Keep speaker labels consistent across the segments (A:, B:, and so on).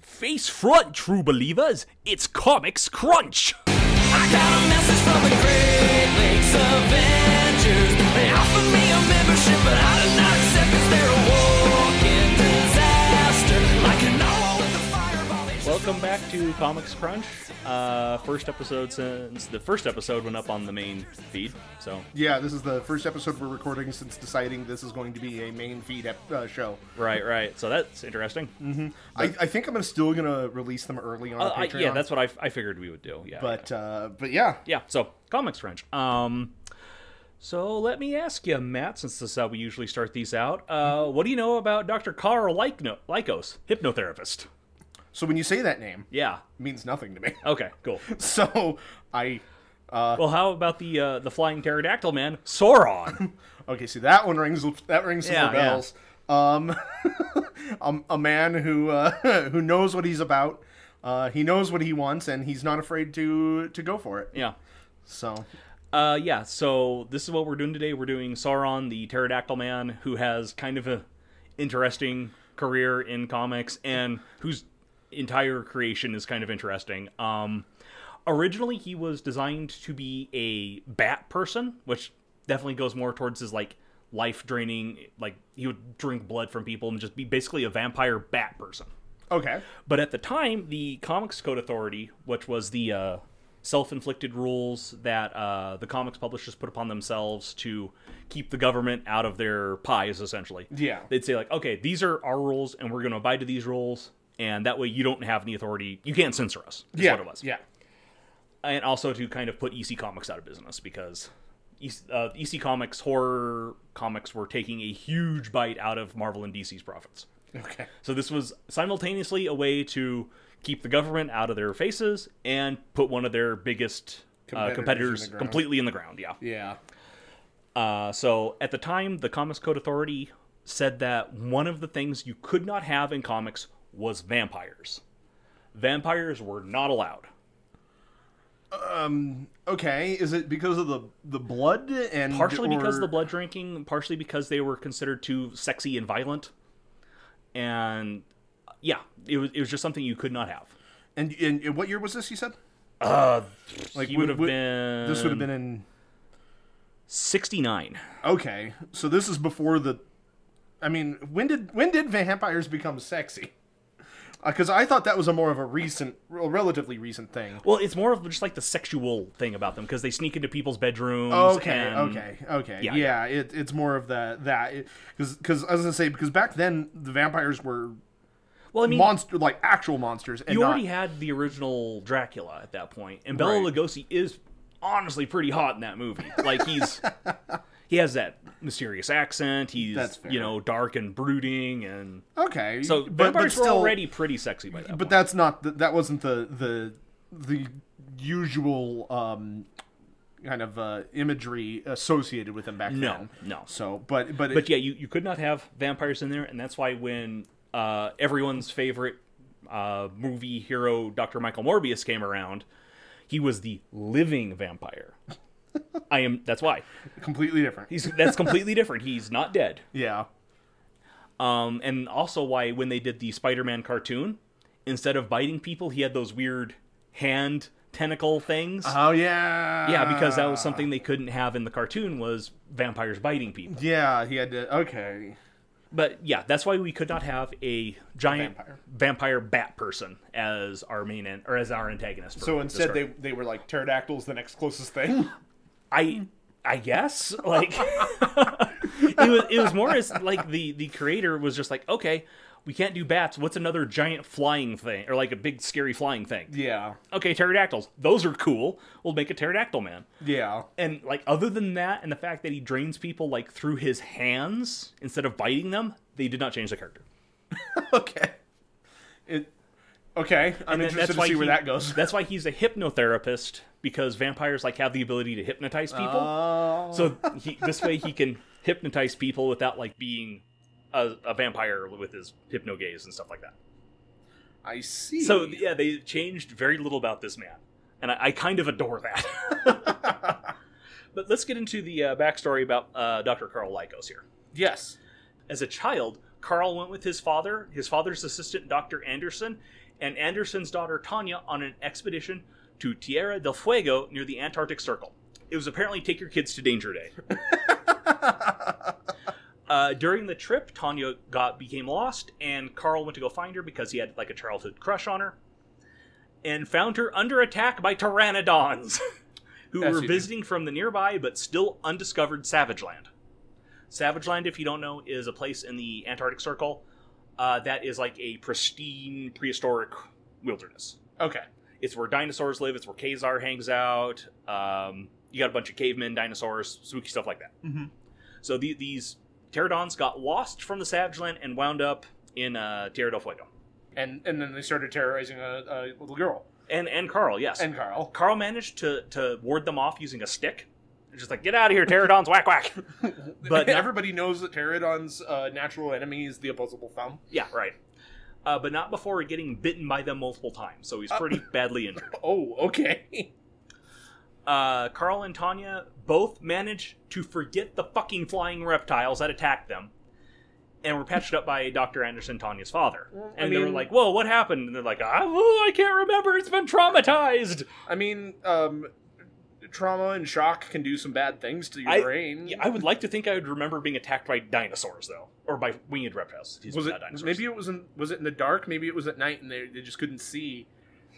A: Face front, true believers. It's Comics Crunch.
B: I got a message from the Great Lakes Avengers. They offered me a membership, but I did not accept 'cause they're a walking disaster. Like an owl with a fireball. they just-
C: Welcome back to Comics Crunch. Uh, first episode since the first episode went up on the main feed. So
D: Yeah, this is the first episode we're recording since deciding this is going to be a main feed ep- uh, show.
C: right, right. So that's interesting.
D: Mm-hmm. I, I think I'm still gonna release them early on
C: Uh, I-
D: Patreon.
C: yeah, that's what I, I figured we would do. Yeah,
D: But uh, but yeah,
C: yeah. So Comics Crunch. Um, so let me ask you, Matt, since this is how we usually start these out. Uh,
D: Mm-hmm.
C: what do you know about Dr. Carl Lyko- Lycos, hypnotherapist?
D: so when you say that name,
C: Yeah.
D: it means nothing to me.
C: Okay. Cool.
D: So I
C: well, how about the uh, the flying pterodactyl man, Sauron?
D: okay, see that one rings that rings some
C: Yeah,
D: more bells. Um, um, a man who uh, who knows what he's about. Uh, he knows what he wants, and he's not afraid to to go for it.
C: yeah.
D: So
C: Uh, yeah, so this is what we're doing today. We're doing Sauron, the pterodactyl man, who has kind of a interesting career in comics and whose entire creation is kind of interesting. Um, originally he was designed to be a bat person, which definitely goes more towards his like life draining, like he would drink blood from people and just be basically a vampire bat person.
D: okay,
C: But at the time, the Comics Code Authority, which was the uh, self-inflicted rules that uh, the comics publishers put upon themselves to keep the government out of their pies, essentially.
D: Yeah.
C: They'd say like, okay, these are our rules, and we're going to abide to these rules, and that way you don't have any authority. You can't censor us. Is
D: yeah,
C: What it was.
D: yeah,
C: And also to kind of put EC Comics out of business because. EC Uh, EC Comics horror comics were taking a huge bite out of Marvel and DC's profits.
D: okay,
C: So this was simultaneously a way to keep the government out of their faces and put one of their biggest competitors, uh,
D: Competitors
C: competitors
D: in the ground.
C: completely in the ground. Yeah.
D: yeah,
C: Uh, so at the time, the Comics Code Authority said that one of the things you could not have in comics was vampires. Vampires were not allowed.
D: okay. Is it because of the the blood and
C: partially because
D: or-
C: of the blood drinking, partially because they were considered too sexy and violent, and uh, yeah, it was it was just something you could not have.
D: And, and, and what year was this? You said uh, like
C: He
D: would-
C: would have
D: would-
C: been
D: This would have been in
C: 69.
D: Um, okay. So this is before the. I mean, when did when did vampires become sexy? Because I thought that was a more of a recent, a relatively recent thing.
C: Well, it's more of just like the sexual thing about them because they sneak into people's bedrooms.
D: Okay,
C: and-
D: okay, okay.
C: Yeah,
D: Yeah, It, it's more of the that because because I was gonna say because back then the vampires were
C: Well, I mean,
D: monster like actual monsters. And
C: you
D: not,
C: already had the original Dracula at that point, and Bela
D: Right.
C: Lugosi is honestly pretty hot in that movie. Like he's he has that mysterious accent. He's
D: That's fair.
C: you know dark and brooding, and
D: okay.
C: so
D: but- but,
C: vampires were
D: still-
C: already pretty sexy by that.
D: but
C: point.
D: that's not the, that wasn't the the the usual um kind of uh imagery associated with them back
C: No,
D: then
C: no.
D: so but but,
C: But yeah, you, you could not have vampires in there, and that's why when uh, everyone's favorite uh, movie hero, Dr. Michael Morbius, came around, he was the living vampire. I am. That's why.
D: completely different
C: He's that's completely different. He's not dead.
D: yeah
C: Um, and also why when they did the Spider-Man cartoon, instead of biting people, he had those weird hand tentacle things.
D: oh yeah
C: Yeah, because that was something they couldn't have in the cartoon was vampires biting people.
D: yeah he had to okay
C: But yeah, that's why we could not have a giant vampire,
D: Vampire.
C: bat person as our main an- or as our antagonist. for
D: so
C: the
D: instead
C: story.
D: they they were like pterodactyls the next closest thing
C: I I guess like it was it was more as like the the creator was just like okay we can't do bats what's another giant flying thing or like a big scary flying thing
D: yeah
C: okay pterodactyls those are cool we'll make a pterodactyl man
D: yeah
C: and like other than that and the fact that he drains people like through his hands instead of biting them they did not change the character
D: okay it okay i'm
C: And
D: interested to see where
C: he-
D: that goes
C: That's why he's a hypnotherapist because vampires like have the ability to hypnotize people.
D: Oh,
C: So he, this way he can hypnotize people without like being a, a vampire with his hypno gaze and stuff like that.
D: i see
C: So yeah, they changed very little about this man, and I, I kind of adore that. but let's get into the uh, backstory about uh, Dr. Carl Lycos here.
D: yes
C: As a child, Carl went with his father, his father's assistant, Dr. Anderson, and Anderson's daughter Tanya on an expedition to Tierra del Fuego near the Antarctic Circle. It was apparently Take Your Kids to Danger Day. Uh, during the trip, Tanya got became lost, and Carl went to go find her because he had like a childhood crush on her, and found her under attack by pteranodons, who
D: As
C: were
D: you do.
C: visiting from the nearby but still undiscovered Savage Land. Savage Land, if you don't know, is a place in the Antarctic Circle uh, that is like a pristine prehistoric wilderness.
D: Okay.
C: It's where dinosaurs live. It's where Kazar hangs out. Um, you got a bunch of cavemen, dinosaurs, spooky stuff like that.
D: Mhm.
C: So the, these pterodons got lost from the Savage Land and wound up in uh, Tierra del Fuego.
D: And and then they started terrorizing a, a little girl
C: And and Carl, yes,
D: and Carl.
C: Carl managed to to ward them off using a stick. They're Just like get out of here, pterodons, whack whack. But
D: But
C: not-
D: everybody knows that pterodon's uh, natural enemy is the opposable thumb.
C: yeah, right. Uh, but not before getting bitten by them multiple times, so he's pretty badly injured.
D: Oh, okay.
C: uh, Carl and Tanya both managed to forget the fucking flying reptiles that attacked them and were patched up by Dr. Anderson, Tanya's father.
D: Well, I
C: And they were
D: mean-
C: like, whoa, what happened? And they're like, ah, oh, I can't remember. It's been traumatized.
D: I mean, um, trauma and shock can do some bad things to your
C: I-
D: brain.
C: Yeah, I would like to think I would remember being attacked by dinosaurs, though, or by winged reptiles. Excuse me,
D: was it
C: not dinosaurs.
D: maybe it was in was it in the dark? Maybe it was at night and they, they just couldn't see.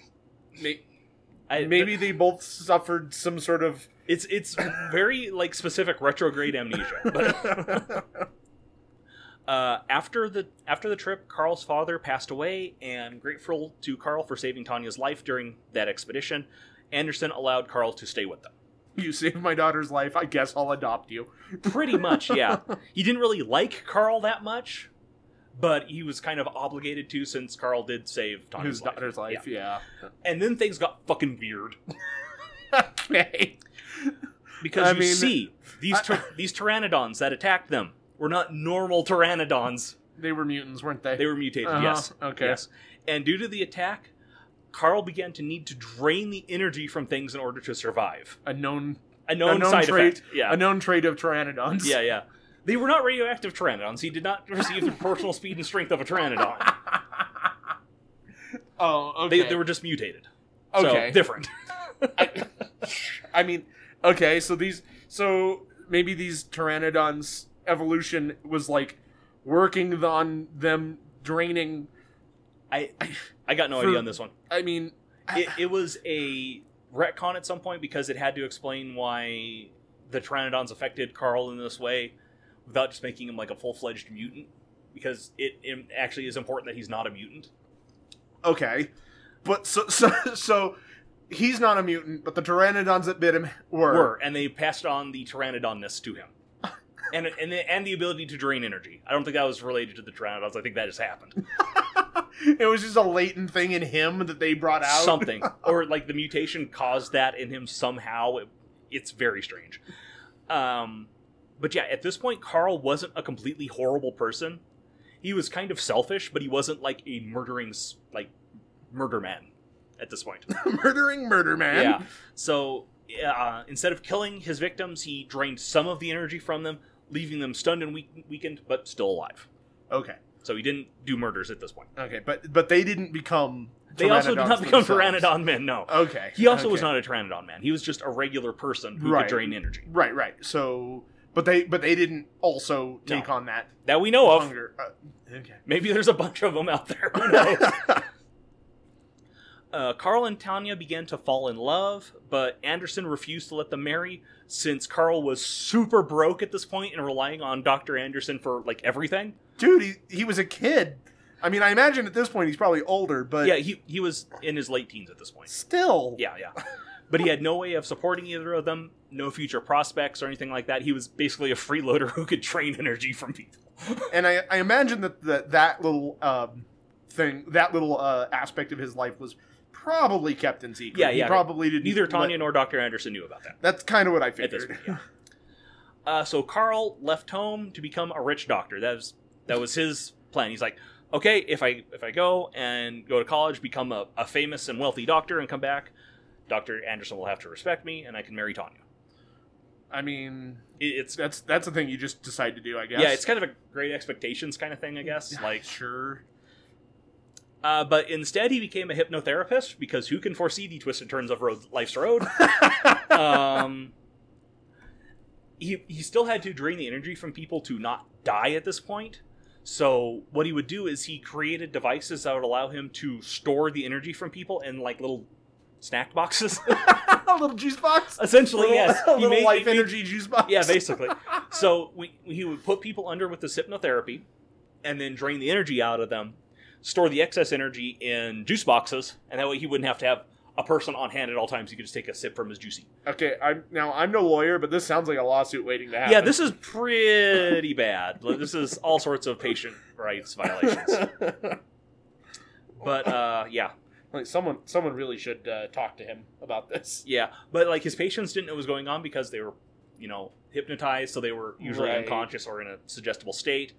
D: May-
C: I-
D: Maybe they both suffered some sort of.
C: It's it's very like specific retrograde amnesia. But uh, after the after the trip, Carl's father passed away, and grateful to Carl for saving Tanya's life during that expedition, Anderson allowed Carl to stay with them.
D: You saved my daughter's life. I guess I'll adopt you.
C: Pretty much, yeah. He didn't really like Carl that much, but he was kind of obligated to since Carl did save Tanya's
D: His
C: life.
D: daughter's life. Yeah.
C: Yeah. And then things got fucking weird.
D: okay.
C: Because
D: I
C: you
D: mean-
C: see, these ty- these pteranodons that attacked them were not normal pteranodons.
D: They were mutants, weren't they?
C: They were mutated,
D: Uh-huh,
C: yes.
D: okay.
C: Yes. And due to the attack, Carl began to need to drain the energy from things in order to survive.
D: a known
C: A known,
D: a known
C: side
D: trait.
C: effect. Yeah.
D: A known trait of pteranodons.
C: yeah, yeah. They were not radioactive pteranodons. He did not receive the proportional speed and strength of a pteranodon.
D: Oh,
C: They,
D: okay.
C: they were just mutated.
D: Okay.
C: So different.
D: I mean, okay, so these, so maybe these pteranodons' evolution was like working on them draining.
C: I I got no
D: For-
C: idea on this one.
D: I mean,
C: It, it was a retcon at some point because it had to explain why the pteranodons affected Carl in this way without just making him like a full fledged mutant. Because it, it actually is important that he's not a mutant.
D: okay, but so so so he's not a mutant, but the pteranodons that bit him were.
C: were, and they passed on the pteranodonness to him, and and the, and the ability to drain energy. I don't think that was related to the pteranodons. I think that just happened.
D: It was just a latent thing in him that they brought out.
C: Something, or like the mutation caused that in him somehow. It, it's very strange. Um, but yeah, at this point, Carl wasn't a completely horrible person. He was kind of selfish, but he wasn't like a murdering s- like murder man at this point.
D: murdering murder man.
C: Yeah. So uh, instead of killing his victims, he drained some of the energy from them, leaving them stunned and weak- weakened, but still alive.
D: Okay.
C: So he didn't do murders at this point.
D: Okay, but but they didn't become.
C: They also did not become
D: themselves.
C: pteranodon men. No.
D: Okay.
C: He also was
D: okay.
C: not a pteranodon man. He was just a regular person who
D: Right.
C: could drain energy
D: Right, right. So, but they but they didn't also take on that
C: that we know of.
D: hunger. Uh, okay.
C: Maybe there's a bunch of them out there. Who knows? uh, Carl and Tanya began to fall in love, but Anderson refused to let them marry since Carl was super broke at this point and relying on Dr. Anderson for like everything.
D: Dude, he, he was a kid. I mean, I imagine at this point he's probably older, but
C: yeah, he he was in his late teens at this point.
D: still.
C: Yeah, yeah. But he had no way of supporting either of them, no future prospects or anything like that. He was basically a freeloader who could drain energy from people.
D: And I, I imagine that that, that little um, thing, that little uh, aspect of his life was probably kept in secret.
C: Yeah,
D: He
C: yeah.
D: probably didn't.
C: Neither
D: let-
C: Tanya nor Dr. Anderson knew about that
D: that's kind of what I
C: at this point.
D: figured.
C: Yeah. Uh, so Carl left home to become a rich doctor. That was that was his plan. He's like, okay, if I if I go and go to college, become a, a famous and wealthy doctor, and come back, Dr. Anderson will have to respect me, and I can marry Tanya.
D: I mean,
C: It, it's
D: that's that's a thing you just decide to do, I guess.
C: yeah, it's kind of a great expectations kind of thing, I guess. Like
D: sure.
C: Uh, but instead, he became a hypnotherapist because who can foresee the twists and turns of road, life's road? um, he he still had to drain the energy from people to not die at this point. So what he would do is he created devices that would allow him to store the energy from people in like little snack boxes.
D: a little juice box.
C: Essentially,
D: Little-
C: yes.
D: A
C: He
D: little
C: made-
D: life
C: he-
D: energy juice box.
C: yeah, basically. so we, he would put people under with this hypnotherapy, and then drain the energy out of them, store the excess energy in juice boxes, and that way he wouldn't have to have a person on hand at all times. He could just take a sip from his juicy.
D: Okay, I'm now I'm no lawyer, but this sounds like a lawsuit waiting to happen.
C: Yeah, this is pretty bad. Like, This is all sorts of patient rights violations. But uh, yeah,
D: like someone someone really should uh, talk to him about this.
C: yeah. But like his patients didn't know what was going on because they were, you know, hypnotized, so they were usually
D: Right.
C: unconscious or in a suggestible state.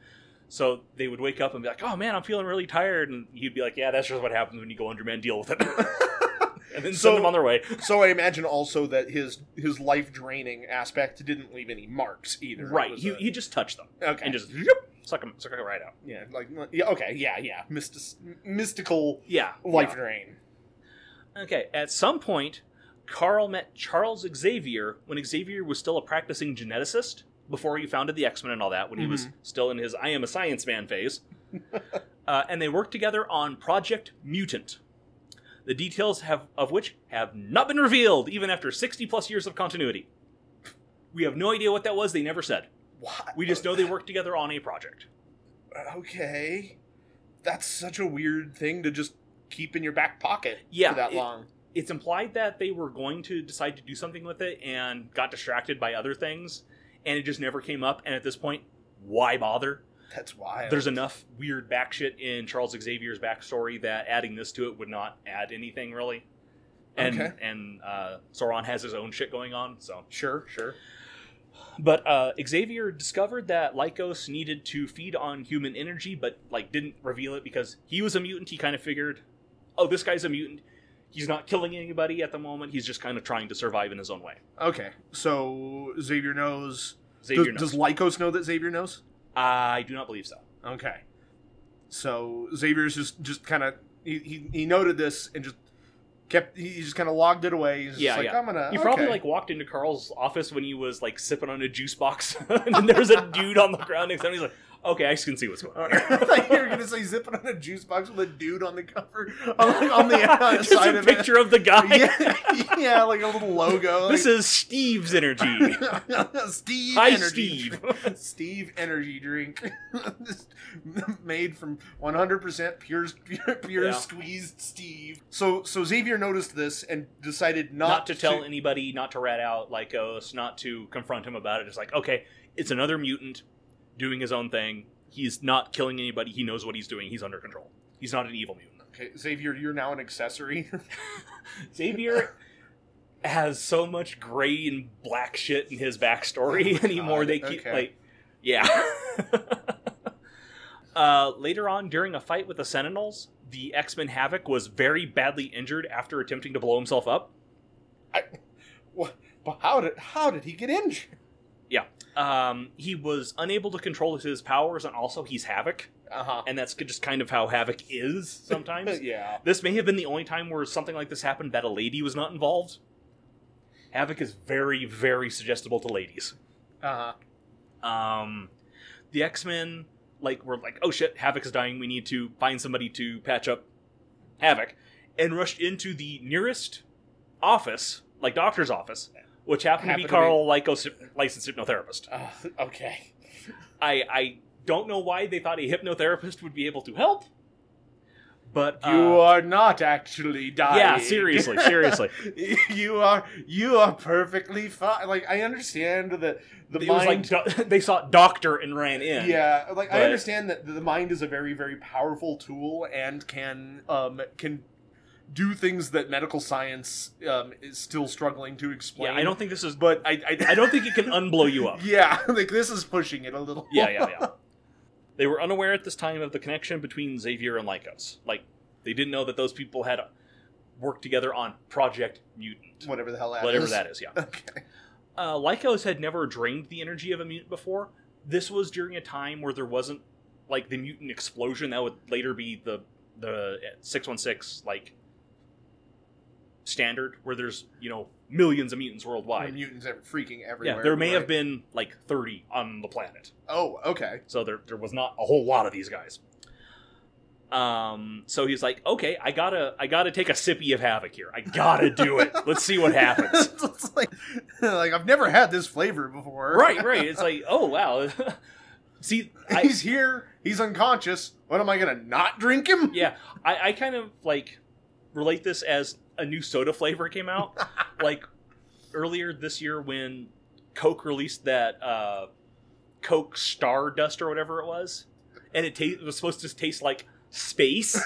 C: So they would wake up and be like, "Oh man, I'm feeling really tired," and he'd be like, "Yeah, that's just what happens when you go under man. Deal with it." and then
D: So-
C: send them on their way.
D: So I imagine also that his his life draining aspect didn't leave any marks either. It
C: Right?
D: was
C: He
D: a-
C: he just touched them
D: okay.
C: and just yep, suck them, suck 'em right out.
D: yeah, like yeah, okay, yeah, yeah, Mystic, mystical
C: Yeah,
D: life
C: yeah.
D: drain.
C: Okay, at some point, Carl met Charles Xavier when Xavier was still a practicing geneticist before he founded the X Men and all that, when he was still in his I am a science man phase. uh, and they worked together on Project Mutant, the details have, of which have not been revealed, even after 60 plus years of continuity. We have no idea what that was, they never said.
D: What? Uh,
C: We just know they worked together on a project.
D: okay. That's such a weird thing to just keep in your back pocket
C: Yeah,
D: for that
C: it-
D: long.
C: it's implied that they were going to decide to do something with it and got distracted by other things and it just never came up and at this point why bother
D: That's wild.
C: there's enough weird back shit in charles xavier's backstory that adding this to it would not add anything really and
D: Okay.
C: and uh, sauron has his own shit going on so
D: sure, sure.
C: but uh, Xavier discovered that Lycos needed to feed on human energy, but like didn't reveal it because he was a mutant. He kind of figured, oh, this guy's a mutant. He's not killing anybody at the moment. He's just kind of trying to survive in his own way.
D: Okay, so Xavier knows.
C: Xavier, knows.
D: does, does Lycos know that Xavier knows?
C: I do not believe so.
D: Okay, so Xavier's just just kind of he, he he noted this and just kept he just kind of logged it away. He's just
C: Yeah,
D: like,
C: yeah.
D: I'm gonna.
C: You probably
D: okay."
C: like walked into Carl's office when he was like sipping on a juice box, and then there was a dude on the ground next to him. He's like, okay, I can see what's going on.
D: I thought you were gonna say zipping on a juice box with a dude on the cover on, on the uh,
C: Just
D: side
C: a
D: of
C: picture of the guy.
D: it. Yeah, yeah, like a little logo.
C: This is Steve's energy.
D: Steve
C: Hi,
D: energy
C: Steve.
D: drink. Steve energy drink Just made from 100% pure pure, pure
C: Yeah.
D: squeezed Steve. So so Xavier noticed this and decided not,
C: not, to tell anybody, not to rat out Lycos, not to confront him about it. It's like, okay, it's another mutant doing his own thing. He's not killing anybody. He knows what he's doing. He's under control. He's not an evil mutant.
D: Okay, Xavier, you're now an accessory.
C: Xavier has so much gray and black shit in his backstory anymore. They keep
D: Oh okay.
C: like, yeah. uh, later on, during a fight with the Sentinels, the X Men Havoc was very badly injured after attempting to blow himself up.
D: What- but how did how did he get injured?
C: Um, he was unable to control his powers, and also he's Havoc,
D: Uh huh.
C: and that's just kind of how Havoc is sometimes.
D: Uh, Yeah.
C: This may have been the only time where something like this happened that a lady was not involved. Havoc is very, very suggestible to ladies.
D: Uh
C: Uh-huh.
D: huh.
C: Um, the X Men like were like, oh shit, Havoc is dying. We need to find somebody to patch up Havoc, and rushed into the nearest office, like doctor's office, which happened, to be Carl Lycos, licensed hypnotherapist.
D: Uh, okay.
C: I I don't know why they thought a hypnotherapist would be able to help. But uh,
D: you are not actually dying.
C: yeah, seriously, seriously,
D: you are you are perfectly fine. Like I understand that the
C: it was
D: mind.
C: like do- they saw doctor and ran in.
D: yeah, like I
C: but-
D: understand that the mind is a very very powerful tool and can um can do things that medical science um is still struggling to
C: yeah.
D: explain.
C: I don't think this is.
D: But I I,
C: I don't think it can unblow you up.
D: Yeah, like this is pushing it a little.
C: Yeah, yeah, yeah. They were unaware at this time of the connection between Xavier and Lycos. Like they didn't know that those people had worked together on Project Mutant,
D: Whatever the hell that
C: whatever
D: is.
C: that is. Yeah.
D: Okay.
C: uh, Lycos had never drained the energy of a mutant before. This was during a time where there wasn't like the mutant explosion that would later be the the six one six like standard where there's you know millions of mutants worldwide.
D: mutants are freaking everywhere.
C: yeah, there may have
D: right?
C: been like thirty on the planet.
D: Oh, okay.
C: So there, there was not a whole lot of these guys. Um, so he's like, okay, I gotta, I gotta take a sippy of havoc here. I gotta do it. Let's see what happens.
D: It's like, like I've never had this flavor before.
C: right, right. It's like, oh wow. see, I,
D: He's here. He's unconscious. What am I gonna not drink him?
C: yeah, I, I kind of like relate this as a new soda flavor came out, like earlier this year when Coke released that uh, Coke Stardust or whatever it was, and it, ta- it was supposed to taste like space.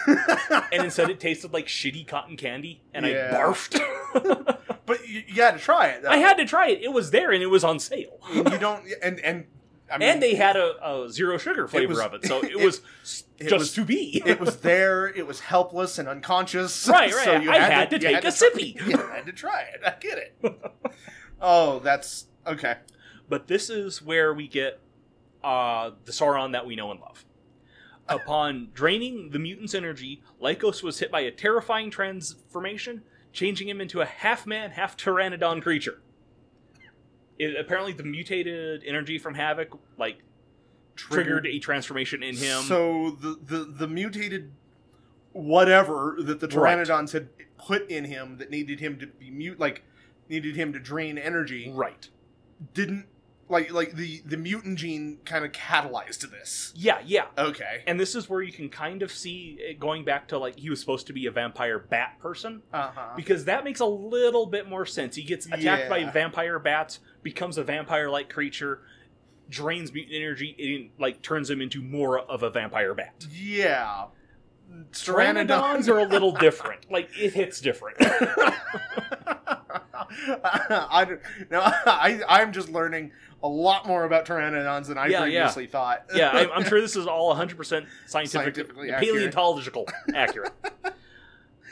C: and instead it tasted like shitty cotton candy and
D: Yeah.
C: i barfed
D: but you, you got to try it. Though.
C: i had to try it it was there and it was on sale
D: And you don't. And and I mean,
C: and they had a, a zero sugar flavor
D: was-
C: of it so it
D: it-
C: was s-
D: it
C: just
D: was-
C: to be
D: it was there. It was helpless and unconscious.
C: Right,
D: So
C: right.
D: you
C: I
D: had,
C: had to
D: you
C: take a
D: try-
C: sippy.
D: Yeah, I had to try it. I get it. oh, that's okay.
C: but this is where we get uh, the sauron that we know and love upon draining the mutant's energy lycos was hit by a terrifying transformation changing him into a half man half pteranodon creature it, apparently the mutated energy from havoc like triggered a transformation in him.
D: So the the the mutated whatever that the
C: Right.
D: pteranodons had put in him that needed him to be mute like needed him to drain energy
C: right.
D: didn't like like the the mutant gene kind of catalyzed this.
C: Yeah, yeah.
D: Okay.
C: And this is where you can kind of see it going back to like he was supposed to be a vampire bat person
D: Uh-huh.
C: because that makes a little bit more sense. He gets attacked by
D: Yeah.
C: vampire bats, becomes a vampire like creature, drains mutant energy, and like turns him into more of a vampire bat.
D: Yeah.
C: Pteranodons are a little different. Like it hits different.
D: I don't- no, I I'm just learning a lot more about pteranodons than I
C: Yeah, yeah.
D: previously thought.
C: yeah, I'm, I'm sure this is all 100% scientific,
D: Scientifically accurate.
C: paleontological accurate.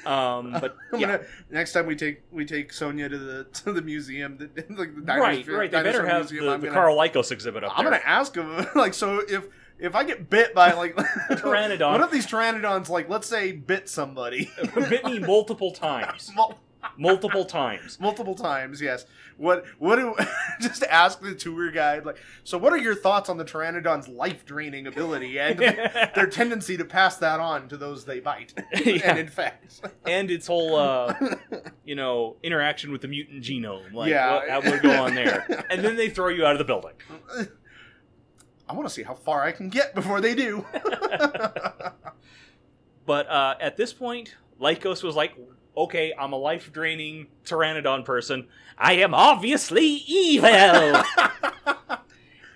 C: Um, but
D: I'm
C: yeah.
D: gonna, next time we take we take Sonia to the to the museum, the, like the dinosaur,
C: Right, right. They better
D: dinosaur
C: have
D: museum,
C: the,
D: I'm
C: the
D: gonna,
C: Carl Lycos exhibit up
D: I'm
C: there.
D: gonna ask him like so if if I get bit by like
C: Pteranodon.
D: one of these pteranodons, like let's say bit somebody
C: Bit me multiple times.
D: mul-
C: Multiple times.
D: multiple times, yes. What what do just ask the tour guide like so? What are your thoughts on the pteranodon's life draining ability and their tendency to pass that on to those they bite?
C: Yeah.
D: And in fact,
C: And its whole, uh, you know, interaction with the mutant genome. Like,
D: Yeah.
C: what, how would go on there? And then they throw you out of the building.
D: I want to see how far I can get before they do.
C: But uh, at this point, Lycos was like, okay, I'm a life draining pteranodon person. I am obviously evil!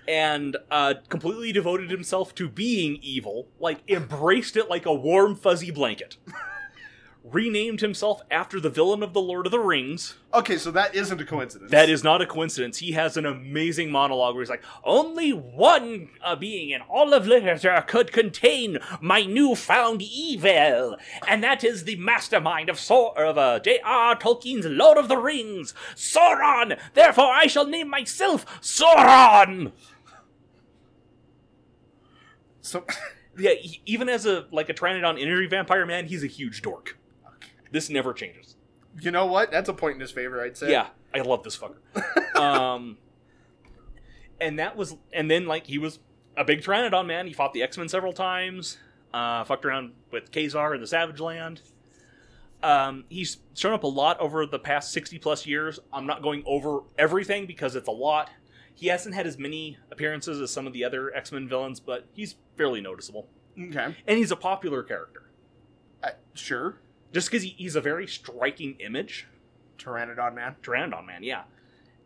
C: and uh, completely devoted himself to being evil, like, embraced it like a warm, fuzzy blanket. Renamed himself after the villain of The Lord of the Rings.
D: Okay, so that isn't a coincidence.
C: That is not a coincidence. He has an amazing monologue where he's like, "Only one uh, being in all of literature could contain my newfound evil, and that is the mastermind of Sor- of uh, J.R. Tolkien's Lord of the Rings, Sauron. Therefore, I shall name myself Sauron."
D: So,
C: Yeah, he- even as a like a Pteranodon energy vampire man, he's a huge dork. This never changes.
D: you know what? That's a point in his favor, I'd say.
C: Yeah, I love this fucker. um, and that was, and then like he was a big Pteranodon man. He fought the X Men several times. Uh, fucked around with Kazar in the Savage Land. Um, he's shown up a lot over the past sixty plus years. I'm not going over everything because it's a lot. He hasn't had as many appearances as some of the other X Men villains, but he's fairly noticeable,
D: Okay.
C: and he's a popular character
D: Uh, sure.
C: just because he, he's a very striking image.
D: Pteranodon man.
C: Pteranodon Man, yeah.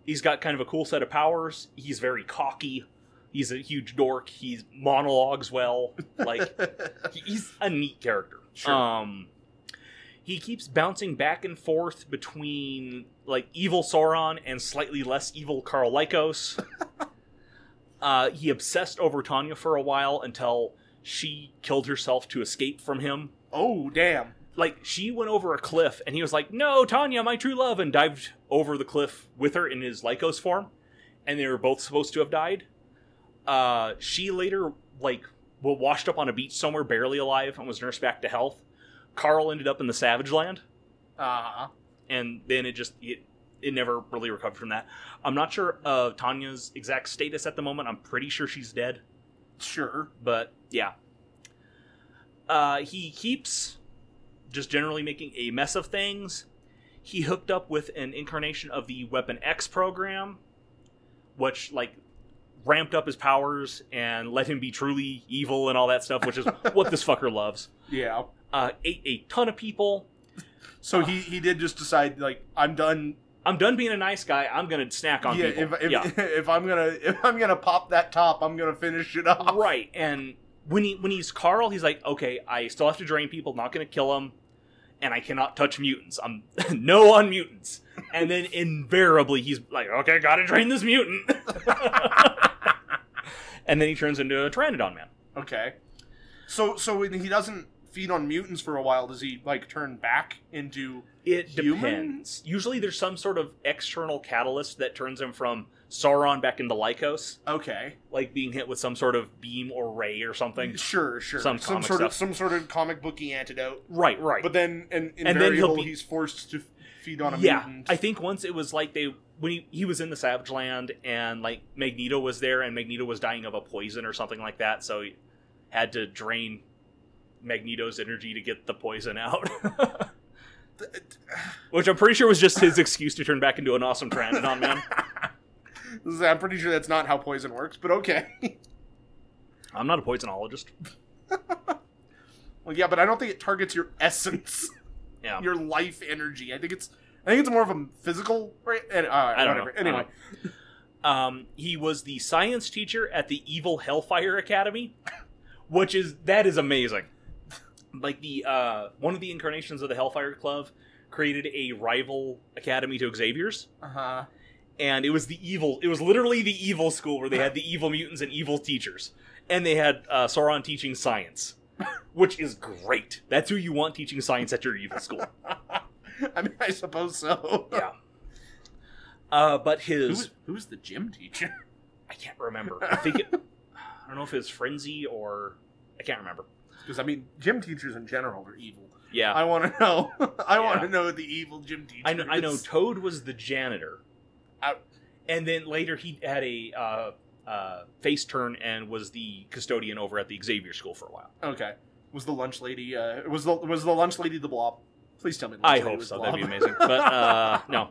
C: He's got kind of a cool set of powers. He's very cocky. He's a huge dork. He monologues well. Like he- he's a neat character.
D: Sure.
C: Um he keeps bouncing back and forth between like evil Sauron and slightly less evil Carl Lycos. uh, he obsessed over Tanya for a while until she killed herself to escape from him
D: Oh, damn.
C: like she went over a cliff and he was like no tanya my true love and dived over the cliff with her in his lycos form and they were both supposed to have died uh she later like wa- washed up on a beach somewhere barely alive and was nursed back to health Carl ended up in the Savage Land,
E: Uh-huh.
C: and then it just it, it never really recovered from that. I'm not sure of Tanya's exact status at the moment. I'm pretty sure she's dead,
E: Sure.
C: but yeah. Uh, he keeps just generally making a mess of things. He hooked up with an incarnation of the Weapon X program, which like ramped up his powers and let him be truly evil and all that stuff, which is what this fucker loves.
E: Yeah.
C: Uh, ate a ton of people.
D: So he he did just decide like I'm done.
C: I'm done being a nice guy. I'm gonna snack on
D: yeah, if
C: people.
D: if,
C: yeah,
D: if I'm gonna if I'm gonna pop that top, I'm gonna finish it off.
C: right. And when he when he's Carl, he's like, okay, I still have to drain people. Not gonna kill them, and I cannot touch mutants. I'm no on mutants. And then invariably, he's like, okay, gotta drain this mutant. and then he turns into a Pteranodon man.
D: Okay. So so when he doesn't feed on mutants for a while, does he like turn back into?
C: It
D: Human?
C: depends. Usually, there's some sort of external catalyst that turns him from Sauron back into Lycos,
D: Okay.
C: like being hit with some sort of beam or ray or something.
D: Sure, sure.
C: Some
D: some
C: comic
D: sort
C: stuff.
D: of some sort of comic booky antidote.
C: Right, right.
D: But then and
C: then he'll
D: invariable,
C: be-
D: he's forced to f- feed on a
C: yeah,
D: mutant.
C: I think once it was like they when he, he was in the Savage Land and like Magneto was there and Magneto was dying of a poison or something like that, so he had to drain Magneto's energy to get the poison out. Which I'm pretty sure was just his excuse to turn back into an awesome Pteranodon man.
D: This is- I'm pretty sure that's not how poison works, but okay.
C: I'm not a poisonologist.
D: well, yeah, but I don't think it targets your essence,
C: Yeah.
D: your life energy. I think it's I think it's more of a physical. Right? And, uh,
C: I don't
D: whatever.
C: know. I don't
D: Anyway,
C: Um, he was the science teacher at the Evil Hellfire Academy, which is that is amazing. Like the uh, one of the incarnations of the Hellfire Club created a rival academy to Xavier's,
D: uh-huh.
C: and it was the evil. It was literally the evil school where they had the evil mutants and evil teachers, and they had uh, Sauron teaching science, which is great. That's who you want teaching science at your evil school.
D: I mean, I suppose so.
C: Yeah. Uh, but his
E: Who's who's the gym teacher?
C: I can't remember. I think it, I don't know if it was Frenzy or I can't remember.
D: Because I mean, gym teachers in general are evil.
C: Yeah,
D: I want to know. I want
C: Yeah.
D: to know the evil gym teacher.
C: I know. I know.
D: is.
C: Toad was the janitor,
D: I-
C: and then later he had a uh, uh, face turn and was the custodian over at the Xavier School for a while.
D: Okay. Was the lunch lady? Uh, was the was the lunch lady the blob? Please tell me. the lunch
C: I
D: lady
C: hope
D: was
C: so.
D: Blob.
C: That'd be amazing. But uh, no.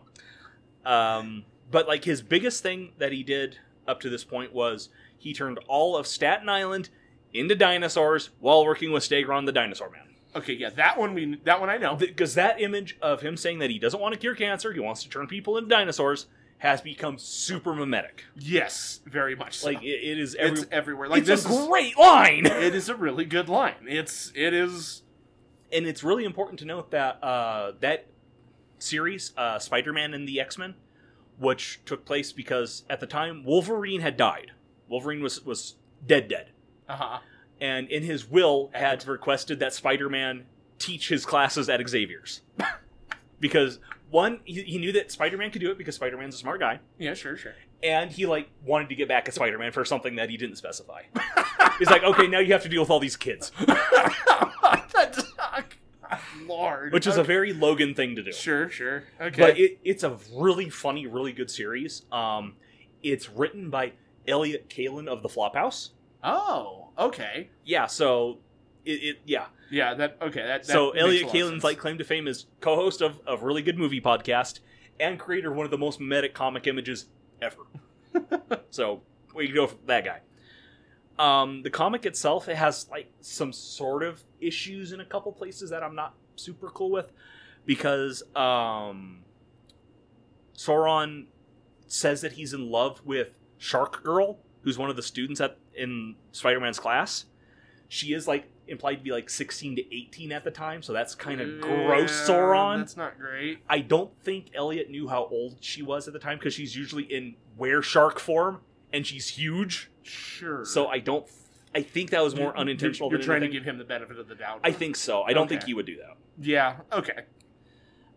C: Um, but like his biggest thing that he did up to this point was he turned all of Staten Island into dinosaurs while working with Stegron the Dinosaur Man.
D: okay, yeah, that one we that one I know.
C: because that image of him saying that he doesn't want to cure cancer, he wants to turn people into dinosaurs, has become super mimetic.
D: yes, very much. So.
C: Like it, it is every,
D: it's everywhere. Like
C: it's
D: this
C: a
D: is
C: great line,
D: it is a really good line. It's it is
C: and it's really important to note that uh, that series, uh, Spider-Man and the X-Men, which took place because at the time Wolverine had died. Wolverine was was dead, dead,
D: uh-huh.
C: and in his will had requested that Spider-Man teach his classes at Xavier's because one he, he knew that Spider-Man could do it because Spider-Man's a smart guy.
D: Yeah, sure, sure.
C: and he like wanted to get back at Spider-Man for something that he didn't specify. He's like, okay, now you have to deal with all these kids,
D: That's- Lord.
C: which is a
D: okay.
C: very Logan thing to do.
D: Sure, sure. Okay.
C: But it, it's a really funny, really good series. Um, it's written by Elliot Kalin of the Flophouse.
D: oh, okay.
C: Yeah, so it, it yeah.
D: Yeah, that okay, that, that
C: so
D: makes a
C: Elliot
D: lot of
C: Kalin's
D: sense.
C: like claim to fame is co-host of a really good movie podcast and creator of one of the most meta comic images ever. so we go for that guy. Um, the comic itself it has like some sort of issues in a couple places that I'm not super cool with because um, Sauron says that he's in love with Shark Girl, who's one of the students at in Spider-Man's class she is like implied to be like 16 to 18 at the time so that's kind of gross
D: Yeah,
C: sauron
D: That's not great.
C: i don't think elliot knew how old she was at the time because she's usually in were shark form and she's huge
D: Sure.
C: so i don't i think that was more
D: You're-
C: unintentional
D: You're,
C: than
D: trying to
C: anything.
D: give him the benefit of the doubt.
C: i think so i don't think
D: Okay.
C: he would do that
D: Yeah. Okay.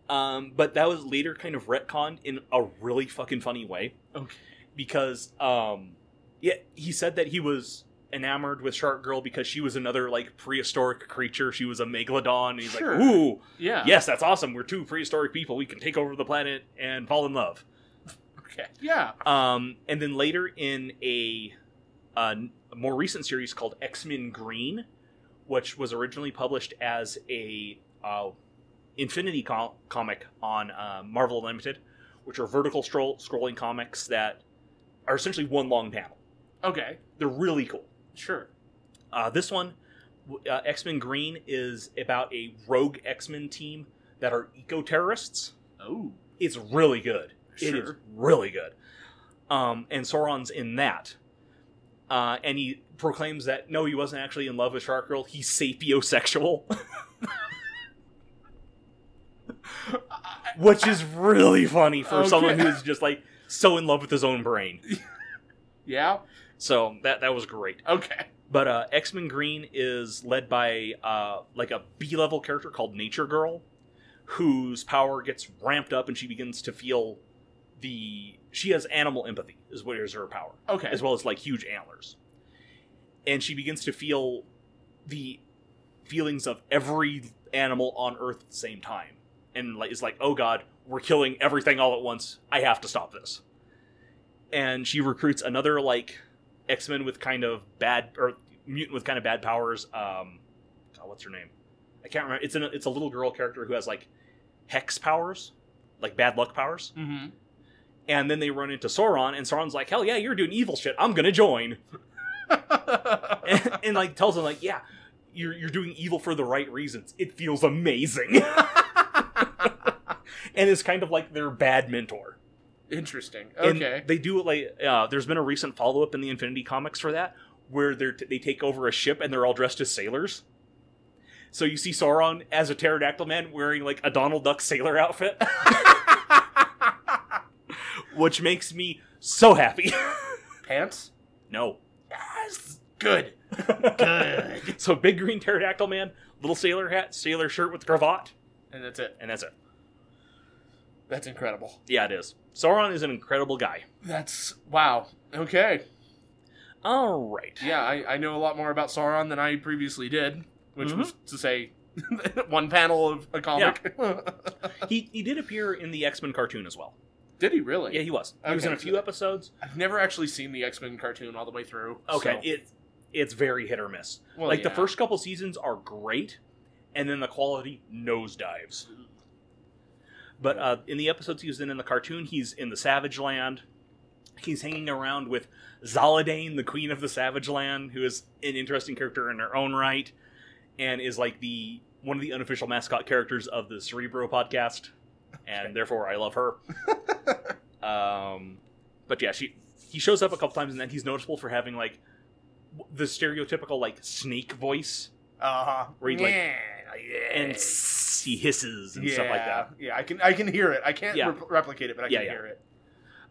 C: um, but that was later kind of retconned in a really fucking funny way
D: Okay.
C: because um yeah he said that he was enamored with Shark Girl because she was another like prehistoric creature. She was a megalodon. And he's
E: Sure.
C: like, ooh,
E: Yeah.
C: yes, that's awesome. We're two prehistoric people. We can take over the planet and fall in love.
E: Okay. Yeah.
C: Um, and then later in a, uh, more recent series called X Men Green, which was originally published as a uh, Infinity co- comic on uh, Marvel Unlimited, which are vertical stroll- scrolling comics that are essentially one long panel.
E: Okay.
C: They're really cool.
E: Sure.
C: Uh, this one, w- uh, X Men Green, is about a rogue X Men team that are eco terrorists.
E: Oh.
C: It's really good. It is
E: Sure.
C: really good. Um, and Sauron's in that. Uh, and he proclaims that no, he wasn't actually in love with Shark Girl. He's sapiosexual. Which is really funny for
E: Okay.
C: someone who's just like so in love with his own brain.
E: Yeah.
C: So that that was great.
E: Okay.
C: But uh, X Men Green is led by uh, like a B level character called Nature Girl, whose power gets ramped up and she begins to feel the. She has animal empathy, is what is her power,
E: Okay.
C: as well as like huge antlers. And she begins to feel the feelings of every animal on Earth at the same time. And like, is like, oh god, we're killing everything all at once. I have to stop this. And she recruits another like X Men with kind of bad or mutant with kind of bad powers. Um, oh, what's her name? I can't remember. It's an it's a little girl character who has like hex powers, like bad luck powers.
E: Mm-hmm.
C: And then they run into Sauron, and Sauron's like, "Hell yeah, you're doing evil shit. I'm gonna join." and, and, like tells him like, "Yeah, you're you're doing evil for the right reasons. It feels amazing." and is kind of like their bad mentor.
E: Interesting.
C: And
E: Okay.
C: they do it like uh, there's been a recent follow up in the Infinity Comics for that where they are they take over a ship and they're all dressed as sailors. So you see Sauron as a pterodactyl man wearing like a Donald Duck sailor outfit, which makes me so happy.
E: Pants.
C: no.
E: Good. Good.
C: So big green pterodactyl man, little sailor hat, sailor shirt with cravat,
E: and that's it.
C: and that's it.
E: That's incredible.
C: Yeah, it is. Sauron is an incredible guy.
E: That's wow. Okay.
C: All right.
E: Yeah, I, I know a lot more about Sauron than I previously did, which
C: Mm-hmm.
E: was to say, one panel of a comic.
C: He he did appear in the X-Men cartoon as well.
E: did he really?
C: Yeah, he was. He was
E: Okay.
C: in a few episodes.
E: I've never actually seen the X Men cartoon all the way through.
C: Okay,
E: so-
C: it it's very hit or miss.
E: Well,
C: like the
E: yeah.
C: first couple seasons are great, and then the quality nosedives. But uh, in the episodes he's in in the cartoon, he's in the Savage Land. He's hanging around with Zaladane, the Queen of the Savage Land, who is an interesting character in her own right, and is like the one of the unofficial mascot characters of the Cerebro podcast, and therefore I love her. um, but yeah, she he shows up a couple times, and then he's noticeable for having like w- the stereotypical like snake voice
D: Uh-huh.
C: where he like
E: yeah,
C: and s- he hisses and stuff like that.
D: Yeah, I can I can hear it. I can't
C: Yeah.
D: rep- replicate it, but I can
C: Yeah, yeah.
D: hear it.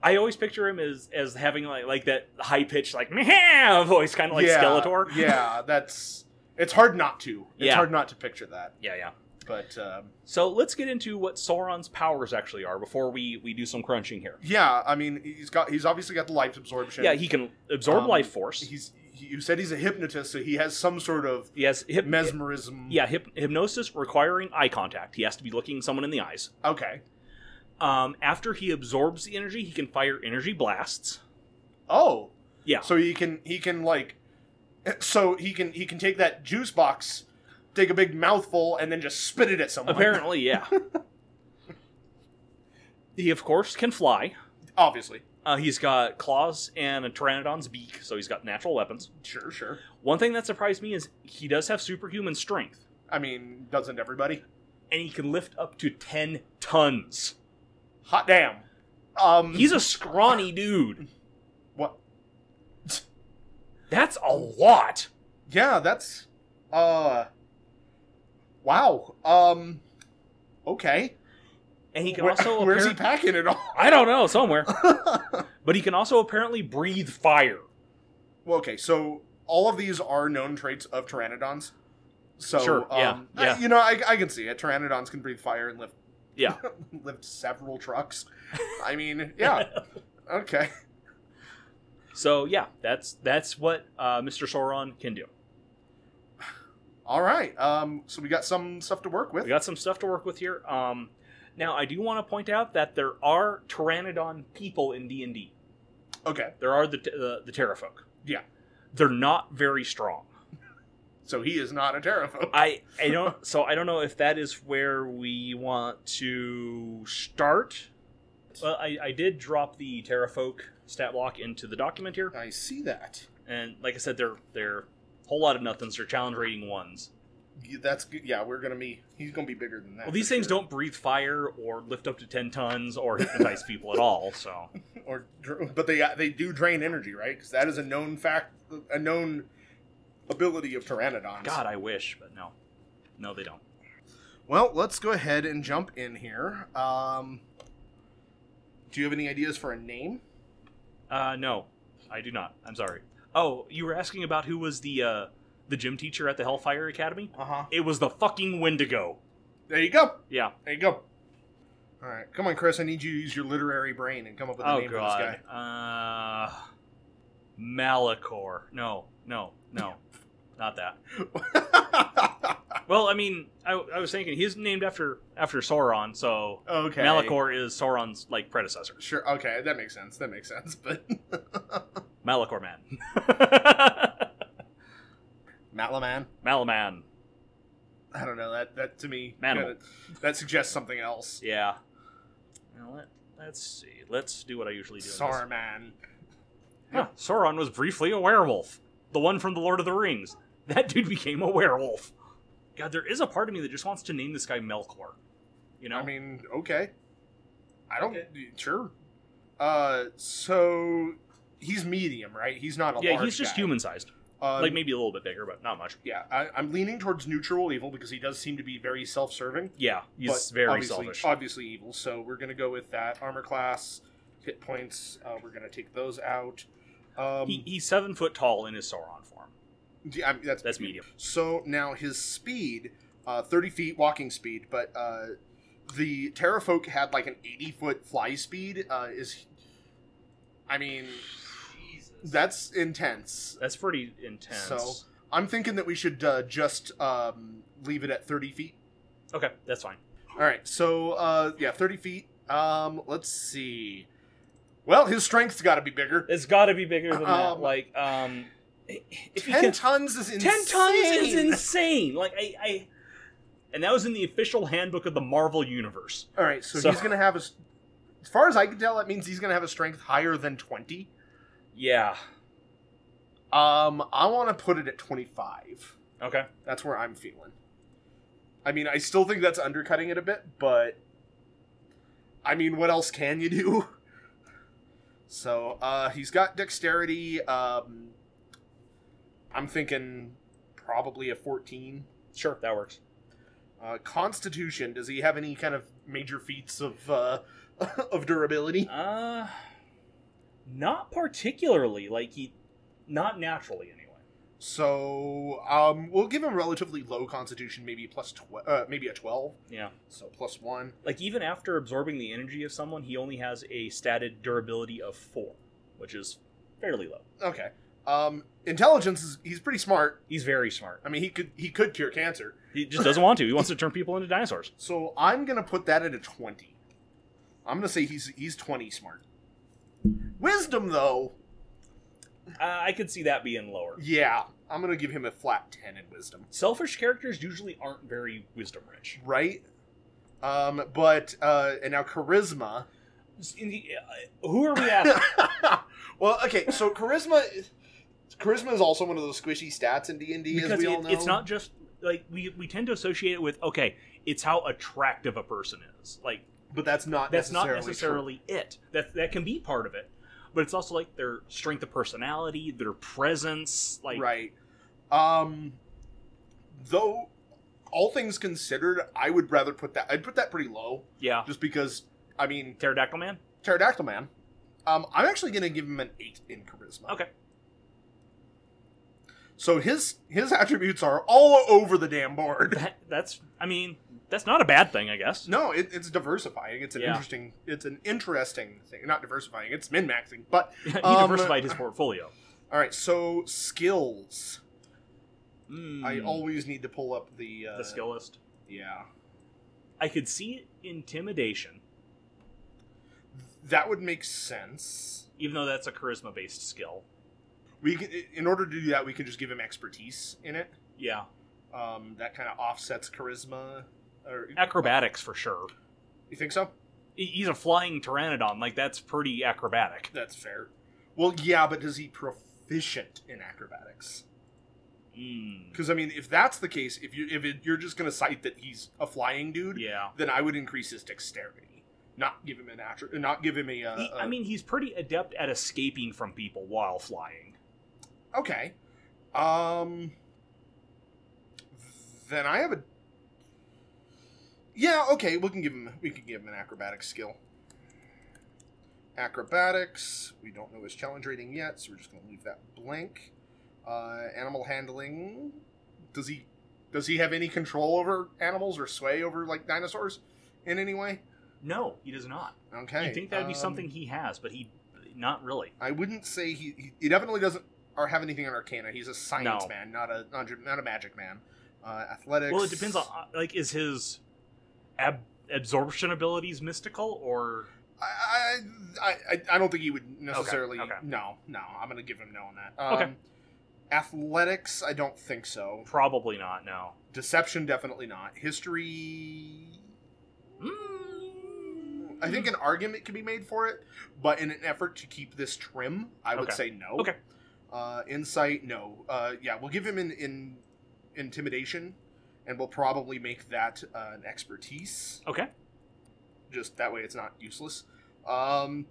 C: I always picture him as as having like like that high pitched like meow voice, kind of like
D: yeah,
C: Skeletor.
D: yeah, that's it's hard not to. It's
C: Yeah.
D: hard not to picture that.
C: yeah, yeah.
D: But um,
C: So let's get into what Sauron's powers actually are before we we do some crunching here.
D: yeah, I mean, he's got he's obviously got the life absorption.
C: Yeah, he can absorb
D: Um,
C: life force.
D: he's he, you said he's a hypnotist, so he has some sort of
C: He has hyp-
D: mesmerism.
C: yeah hyp- hypnosis requiring eye contact. He has to be looking someone in the eyes.
D: Okay.
C: Um, after he absorbs the energy, he can fire energy blasts.
D: Oh.
C: Yeah.
D: So he can he can like so he can he can take that juice box, take a big mouthful, and then just spit it at someone.
C: Apparently, yeah. he of course can fly.
D: Obviously.
C: Uh, he's got claws and a pteranodon's beak, so he's got natural weapons.
D: Sure, sure.
C: One thing that surprised me is he does have superhuman strength,
D: I mean, doesn't everybody?
C: and he can lift up to 10 tons.
D: Hot damn. Um
C: He's a scrawny dude.
D: what
C: That's a lot.
D: Yeah, that's uh Wow. Um okay.
C: And he can
D: Where-
C: also.
D: where's he
C: appar-
D: packing it all?
C: I don't know, somewhere. but he can also apparently breathe fire.
D: Well, okay, so all of these are known traits of pteranodons. So,
C: Sure, yeah,
D: um, I-
C: yeah.
D: you know, I, I can see it. Pteranodons can breathe fire and lift
C: Yeah.
D: lift several trucks. I mean, yeah, okay.
C: So yeah, that's that's what uh, Mr. Sauron can do.
D: All right. Um, so we got some stuff to work with.
C: We got some stuff to work with here. Um, now I do want to point out that there are pteranodon people in D and D.
D: Okay.
C: There are the uh, the, the Terra folk.
D: Yeah.
C: they're not very strong.
D: So he is not a terraphobe.
C: I I don't so I don't know if that is where we want to start. Well, I, I did drop the Terrafolk stat block into the document here,
D: I see that.
C: and like I said, they're they're whole lot of nothings. They're challenge rating ones.
D: Yeah, That's good. Yeah, we're gonna be. He's gonna be bigger than that.
C: Well, these things don't breathe fire or lift up to ten tons or hypnotize people at all. So
D: don't. Or, dr- but they they do drain energy, right? Because that is a known fact, a known ability of pteranodons.
C: God, I wish, but no, no, they don't.
D: Well, let's go ahead and jump in here. Um, do you have any ideas for a name?
C: Uh, no, I do not. I'm sorry. Oh, you were asking about who was the uh, the gym teacher at the Hellfire Academy?
D: Uh huh.
C: It was the fucking Wendigo.
D: There you go.
C: Yeah.
D: There you go. All right, come on, Chris. I need you to use your literary brain and come up with a
C: Oh
D: name for this
C: god.
D: guy.
C: Uh, Malachor. No, no, no, not that. Well, I mean, I, I was thinking he's named after after Sauron, so
D: okay.
C: Malachor is Sauron's like predecessor.
D: Sure. Okay, that makes sense. That makes sense. But
C: Malachor man.
D: Matlaman.
C: Malaman.
D: I don't know that. That to me,
C: Manimal.
D: that- that suggests something else.
C: Yeah. Now let let's see. Let's do what I usually do. in this.
D: Sarman.
C: Huh, Sauron was briefly a werewolf. The one from the Lord of the Rings. That dude became a werewolf. God, there is a part of me that just wants to name this guy Melkor. You know?
D: I mean, okay. I don't sure. Uh, so he's medium, right? He's not a
C: yeah,
D: large
C: he's just
D: guy.
C: human sized.
D: Um,
C: like maybe a little bit bigger, but not much.
D: Yeah, I, I'm leaning towards neutral evil because he does seem to be very self-serving.
C: Yeah, he's
D: but
C: very
D: obviously, um,
C: selfish.
D: Obviously evil. So we're gonna go with that armor class, hit points. Uh, we're gonna take those out. Um,
C: he, he's seven foot tall in his Sauron form.
D: d- I mean, that's
C: That's medium.
D: So now his speed, uh, 30 feet walking speed, but uh, the Terrafolk had like an 80 foot fly speed. Uh, is I mean, that's intense.
C: That's pretty intense.
D: So I'm thinking that we should uh, just um, leave it at 30 feet.
C: okay, that's fine.
D: All right, so uh, yeah, 30 feet. Um, let's see. Well, his strength's got to be bigger.
C: It's got to be bigger than that.
D: Um,
C: Like, um, if he
D: 10
C: can-
D: tons is insane.
C: ten tons is insane. Like, I, I, and that was in the official handbook of the Marvel Universe.
D: All right, so,
C: So-
D: he's gonna have a. s- As far as I can tell, that means he's gonna have a strength higher than twenty.
C: Yeah.
D: Um, I want to put it at twenty-five.
C: Okay.
D: That's where I'm feeling. I mean, I still think that's undercutting it a bit, but I mean, what else can you do? So, uh, he's got dexterity. Um, I'm thinking probably a fourteen.
C: Sure, that works.
D: Uh, Constitution. Does he have any kind of major feats of uh, of durability?
C: Uh, not particularly. Like he, not naturally anyway.
D: So um, we'll give him relatively low constitution, maybe plus tw- uh, maybe a twelve,
C: Yeah.
D: so plus one.
C: Like even after absorbing the energy of someone, he only has a statted durability of four, which is fairly low.
D: Okay. Um, intelligence is he's pretty smart.
C: He's very smart.
D: I mean, he could he could cure cancer.
C: He just doesn't want to. He wants to turn people into dinosaurs.
D: So I'm gonna put that at a twenty. I'm gonna say he's he's twenty smart. Wisdom though,
C: Uh, I could see that being lower.
D: yeah, I'm gonna give him a flat ten in wisdom.
C: Selfish characters usually aren't very wisdom rich.
D: Right. Um, but uh, and now charisma.
C: In the- uh, who are we at?
D: well, okay, so charisma, charisma is also one of those squishy stats in D and D, as
C: because
D: we all
C: it-
D: know.
C: it's not just like we we tend to associate it with okay, it's how attractive a person is. Like
D: but that's not
C: that's not
D: necessarily
C: necessarily it. That that can be part of it, but it's also like their strength of personality, their presence,
D: true.
C: like
D: right. Um, though, all things considered, I would rather put that. I'd put that pretty low,
C: yeah,
D: just because. I mean,
C: pterodactyl man.
D: pterodactyl man. Um, I'm actually going to give him an eight in charisma.
C: Okay.
D: So his his attributes are all over the damn board.
C: That, that's I mean That's not a bad thing, I guess.
D: No, it, it's diversifying. It's an
C: Yeah.
D: interesting. It's an interesting thing. Not diversifying. It's min maxing. But
C: he
D: um,
C: diversified his portfolio.
D: All right. So skills. I
C: Mm,
D: always need to pull up the uh,
C: the skill list.
D: Yeah,
C: I could see intimidation,
D: that would make sense.
C: even though that's a charisma based skill.
D: We can, in order to do that, we can just give him expertise in it.
C: Yeah,
D: Um, that kind of offsets charisma. Or
C: acrobatics for sure.
D: you think so?
C: He- He's a flying pteranodon. Like that's pretty acrobatic.
D: That's fair. Well, yeah, but is he proficient in acrobatics?
C: Mm,
D: Because I mean, if that's the case, if you if it, you're just gonna cite that he's a flying dude,
C: yeah.
D: then I would increase his dexterity, not give him an atro- not give him a. Uh,
C: He-
D: a-
C: I mean, he's pretty adept at escaping from people while flying.
D: okay. Um, then I have a. Yeah, okay, we can give him we can give him an acrobatic skill. Acrobatics. We don't know his challenge rating yet, so we're just gonna leave that blank. Uh, animal handling. Does he does he have any control over animals or sway over like dinosaurs in any way?
C: No, he does not.
D: Okay.
C: You'd think that'd be
D: um,
C: something he has, but he not really.
D: I wouldn't say he he, he definitely doesn't or have anything on Arcana. He's a science
C: No.
D: man, not a not, a- not a magic man. Uh, athletics.
C: Well, it depends on uh, like is his ab- absorption abilities mystical or
D: I, I- I I I don't think he would necessarily.
C: okay.
D: No, no. I'm gonna give him no on that. Um,
C: Okay.
D: Athletics, I don't think so.
C: probably not. No.
D: Deception, definitely not. History. Hmm. I think an argument can be made for it, but in an effort to keep this trim, I would
C: Okay.
D: say no.
C: Okay.
D: Uh, insight, no. Uh, yeah, we'll give him an in intimidation, and we'll probably make that uh, an expertise.
C: Okay.
D: Just that way, it's not useless. Um,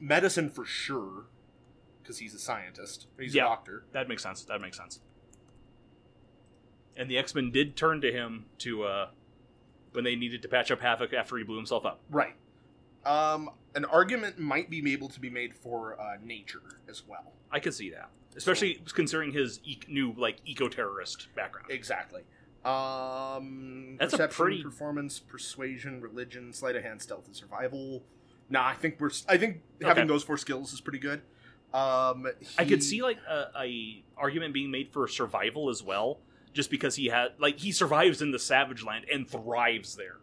D: medicine for sure, because he's a scientist. He's
C: Yeah.
D: a doctor.
C: That makes sense. That makes sense. And the X Men did turn to him to uh when they needed to patch up Havoc after he blew himself up.
D: Right. Um, an argument might be able to be made for uh, nature as well.
C: I could see that, especially considering his e- new like eco terrorist background.
D: Exactly. Um,
C: That's a
D: perception,
C: pretty-
D: performance, persuasion, religion, sleight of hand, stealth, and survival. Nah, I think we're. I think having
C: Okay.
D: those four skills is pretty good. Um,
C: I
D: he-
C: could see like a, a argument being made for survival as well, just because he had like he survives in the Savage Land and thrives there.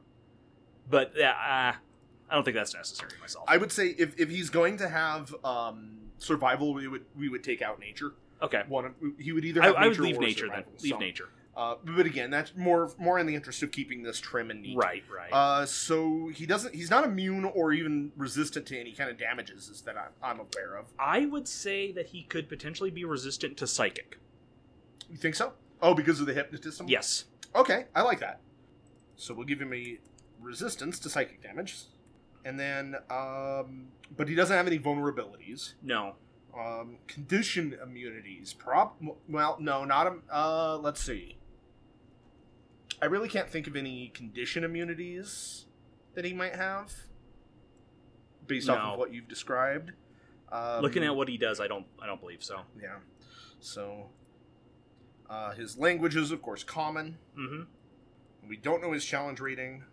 C: But uh, I don't think that's necessary myself.
D: I would say if, if he's going to have um, survival, we would we would take out nature.
C: okay,
D: One, of, he would either.
C: I,
D: Have
C: I would
D: nature
C: leave
D: or
C: nature then.
D: survival,
C: Leave
D: so-
C: nature.
D: Uh, but again, that's more more in the interest of keeping this trim and neat.
C: Right, right.
D: Uh, so he doesn't. He's not immune or even resistant to any kind of damages, is that I'm, I'm aware of.
C: I would say that he could potentially be resistant to psychic.
D: You think so? Oh, because of the hypnotism.
C: Yes.
D: Okay, I like that. So we'll give him a resistance to psychic damage, and then, um, but he doesn't have any vulnerabilities.
C: No.
D: Um, condition immunities. Prob. Well, no, not um. Uh, let's see. I really can't think of any condition immunities that he might have, based off
C: No.
D: of what you've described. Um,
C: Looking at what he does, I don't. I don't believe so.
D: yeah. So, uh, his language is of course common.
C: Mm-hmm.
D: We don't know his challenge rating,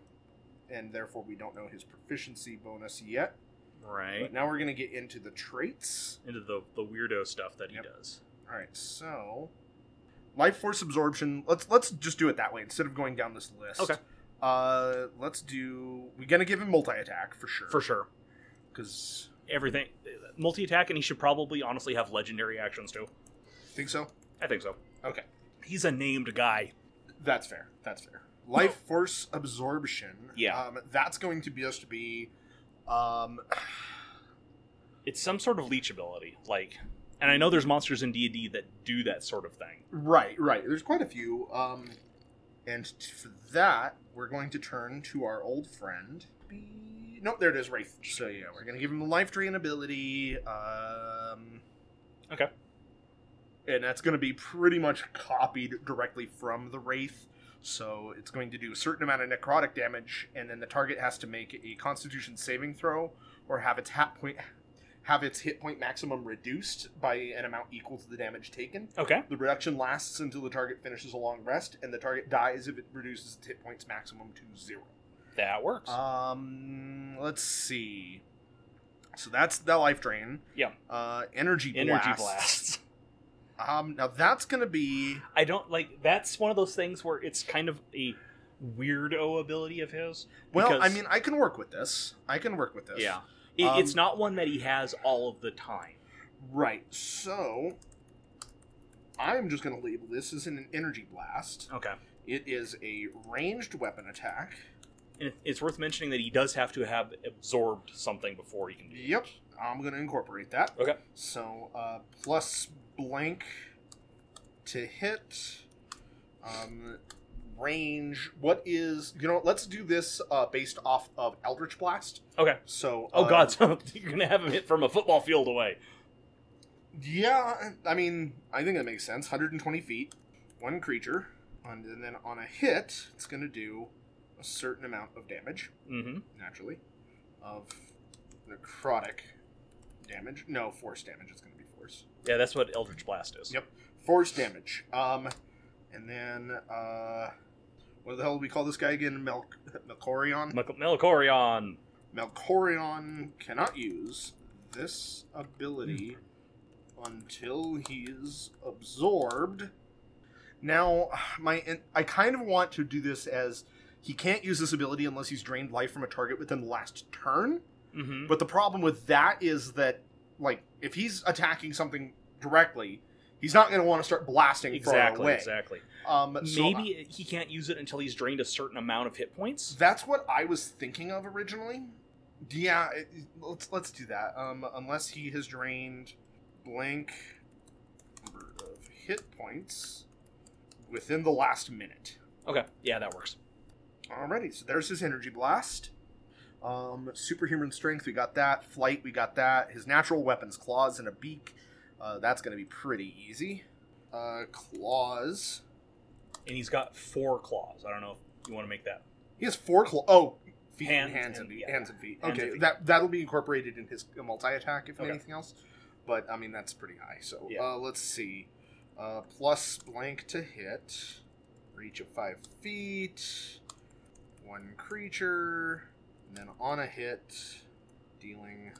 D: and therefore we don't know his proficiency bonus yet.
C: Right.
D: But now we're going to get into the traits.
C: Into the the weirdo stuff that he
D: Yep.
C: does.
D: All right, so life force absorption. Let's let's just do it that way instead of going down this list.
C: Okay.
D: Uh, let's do. We're going to give him multi attack for sure.
C: For sure.
D: Because
C: Everything. Multi attack, and he should probably honestly have legendary actions too.
D: think so.
C: I think so.
D: Okay.
C: He's a named guy.
D: That's fair. That's fair. Life force absorption.
C: Yeah.
D: Um, that's going to be us to be. Um,
C: It's some sort of leech ability, like. And I know there's monsters in D and D that do that sort of thing.
D: Right, right. There's quite a few. Um, and t- for that, we're going to turn to our old friend. Be- Nope, there it is, Wraith. So yeah, we're gonna give him a life tree and ability. Um,
C: Okay.
D: and that's gonna be pretty much copied directly from the Wraith. So it's going to do a certain amount of necrotic damage, and then the target has to make a Constitution saving throw or have its hat point have its hit point maximum reduced by an amount equal to the damage taken.
C: Okay.
D: The reduction lasts until the target finishes a long rest, and the target dies if it reduces its hit points maximum to zero.
C: That works.
D: Um, let's see. So that's the life drain.
C: yeah.
D: Uh, energy
C: Energy
D: blasts.
C: blasts.
D: Um, now that's gonna be
C: I don't like that's one of those things where it's kind of a weirdo ability of his.
D: well. I
C: because-
D: mean, I can work with this. I can work with this.
C: yeah, it, it's
D: Um,
C: not one that he has all of the time.
D: Right. So I'm just gonna label this as an energy blast.
C: Okay,
D: It is a ranged weapon attack.
C: and it- it's worth mentioning that he does have to have absorbed something before he can do. it.
D: Yep. I'm gonna incorporate that.
C: Okay.
D: So uh, plus blank to hit. Um, range. What is you know? Let's do this uh, based off of Eldritch Blast.
C: Okay.
D: So.
C: Oh
D: uh,
C: God, so you're gonna have him hit from a football field away.
D: Yeah, I mean, I think that makes sense. 120 feet, one creature, and then on a hit, it's going to do a certain amount of damage,
C: Mm-hmm.
D: naturally, of necrotic damage. No, force damage. It's going to be force.
C: Yeah, that's what Eldritch Blast is.
D: Yep. Force damage. Um, and then uh, what the hell do we call this guy again? Mel- Melkorion.
C: Mel- Melkorion.
D: Melkorion cannot use this ability
C: Hmm.
D: until he's absorbed. Now, my and I kind of want to do this as he can't use this ability unless he's drained life from a target within the last turn.
C: Mm-hmm.
D: But the problem with that is that, like, if he's attacking something directly, he's not going to want to start blasting far
C: Exactly.
D: away.
C: Exactly.
D: Um, so
C: Maybe he can't use it until he's drained a certain amount of hit points.
D: That's what I was thinking of originally. Yeah, it, let's let's do that. Um, unless he has drained blank number of hit points within the last minute.
C: Okay. Yeah, that works.
D: Alrighty, so there's his energy blast. Um, superhuman strength, we got that. Flight, we got that. His natural weapons, claws and a beak. Uh, that's gonna be pretty easy. Uh, claws.
C: And he's got four claws. I don't know if you want to make that
D: He has four claws. Oh, feet and
C: Hands
D: hands and,
C: and-
D: feet.
C: yeah.
D: hands and feet.
C: Hands
D: okay,
C: and feet.
D: that that'll be incorporated in his multi attack if
C: Okay.
D: anything else. But I mean that's pretty high. So
C: Yeah.
D: uh, let's see. Uh, plus blank to hit, reach of five feet, one creature, and then on a hit, dealing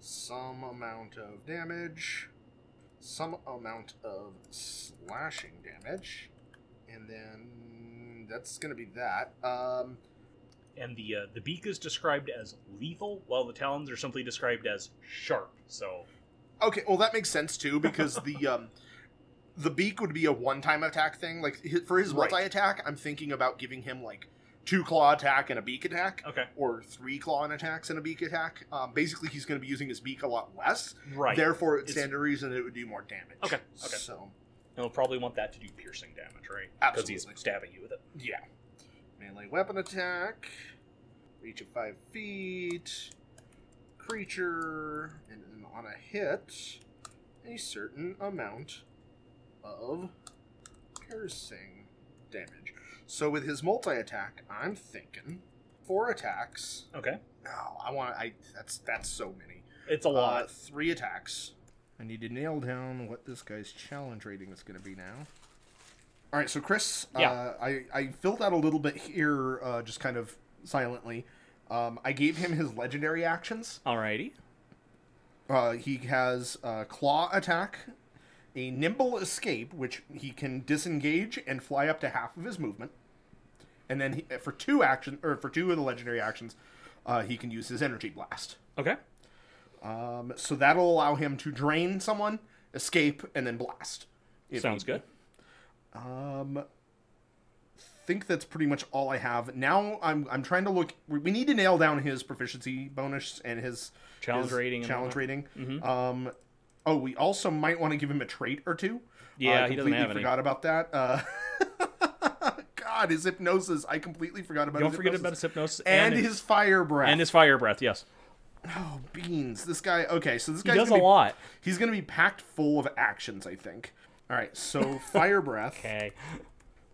D: some amount of damage, some amount of slashing damage, and then that's gonna be that. Um,
C: and the uh, the beak is described as lethal, while the talons are simply described as sharp. So
D: Okay, well that makes sense too because the um the beak would be a one-time attack thing. Like hi- for his
C: Right.
D: multi-attack, I'm thinking about giving him like two claw attack and a beak attack
C: okay,
D: or three claw attacks and a beak attack. Um, basically he's going to be using his beak a lot less.
C: right.
D: Therefore, it
C: It's-
D: stand to reason it would do more damage.
C: Okay, okay.
D: So,
C: And he'll probably want that to do piercing damage, right? he's
D: Absolutely.
C: stabbing you with it.
D: yeah. Melee weapon attack, reach of 5 feet, creature, and then on a hit, a certain amount of piercing damage. So with his multi attack, I'm thinking four attacks.
C: Okay,
D: No, I want I that's that's so many.
C: it's a lot.
D: Uh, three attacks. I need to nail down what this guy's challenge rating is going to be now. All right, so Chris, uh,
C: Yeah.
D: I, I filled out a little bit here, uh, just kind of silently. Um, I gave him his legendary actions.
C: Alrighty.
D: Uh, he has uh, claw attack, a nimble escape, which he can disengage and fly up to half of his movement, and then he, for two action or for two of the legendary actions, uh, he can use his energy blast.
C: Okay.
D: Um, so that'll allow him to drain someone, escape, and then blast. if
C: Sounds
D: need be.
C: good.
D: think that's pretty much all I have. Now I'm I'm trying to look. We we need to nail down his proficiency bonus and his
C: Challenge
D: his
C: rating and Mm-hmm.
D: Challenge
C: whatnot.
D: rating. Um, oh, we also might want to give him a trait or two.
C: Yeah,
D: I
C: he doesn't
D: completely
C: have any.
D: forgot about that. Uh, God, his hypnosis. I completely forgot about.
C: Don't
D: his
C: forget
D: hypnosis.
C: about his hypnosis
D: and his fire breath
C: and his fire breath. Yes,
D: oh beans. This guy. Okay, so this guy
C: he does a lot.
D: He's gonna be packed full of actions. I think. All right, so fire breath.
C: Okay.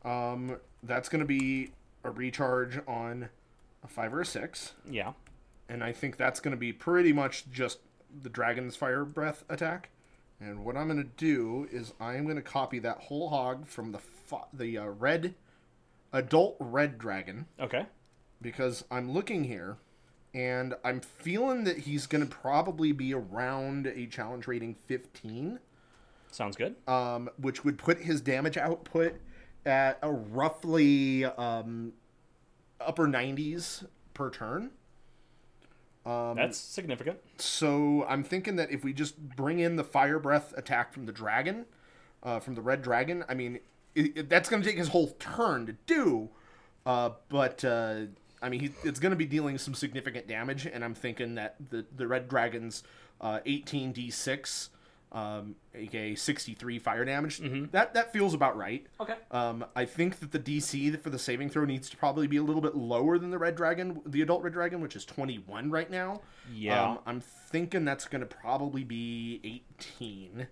D: Um, that's going to be a recharge on a five or a six,
C: Yeah.
D: and I think that's going to be pretty much just the dragon's fire breath attack. And what I'm going to do is I'm going to copy that whole hog from the fo- the uh, red adult red dragon
C: Okay.
D: because I'm looking here and I'm feeling that he's going to probably be around a challenge rating 15
C: Sounds good.
D: um, which would put his damage output at a roughly um, upper 90s per turn. Um,
C: That's significant.
D: So I'm thinking that if we just bring in the fire breath attack from the dragon, uh, from the red dragon, I mean, it, it- that's going to take his whole turn to do. Uh, but uh, I mean, he, it's going to be dealing some significant damage, and I'm thinking that the the red dragon's uh, 18d6, um, aka 63 fire damage, that that feels about right.
C: Okay.
D: Um, I think that the DC for the saving throw needs to probably be a little bit lower than the red dragon, the adult red dragon, which is 21 right now. Um,
C: Yeah.
D: I'm thinking that's going to probably be 18.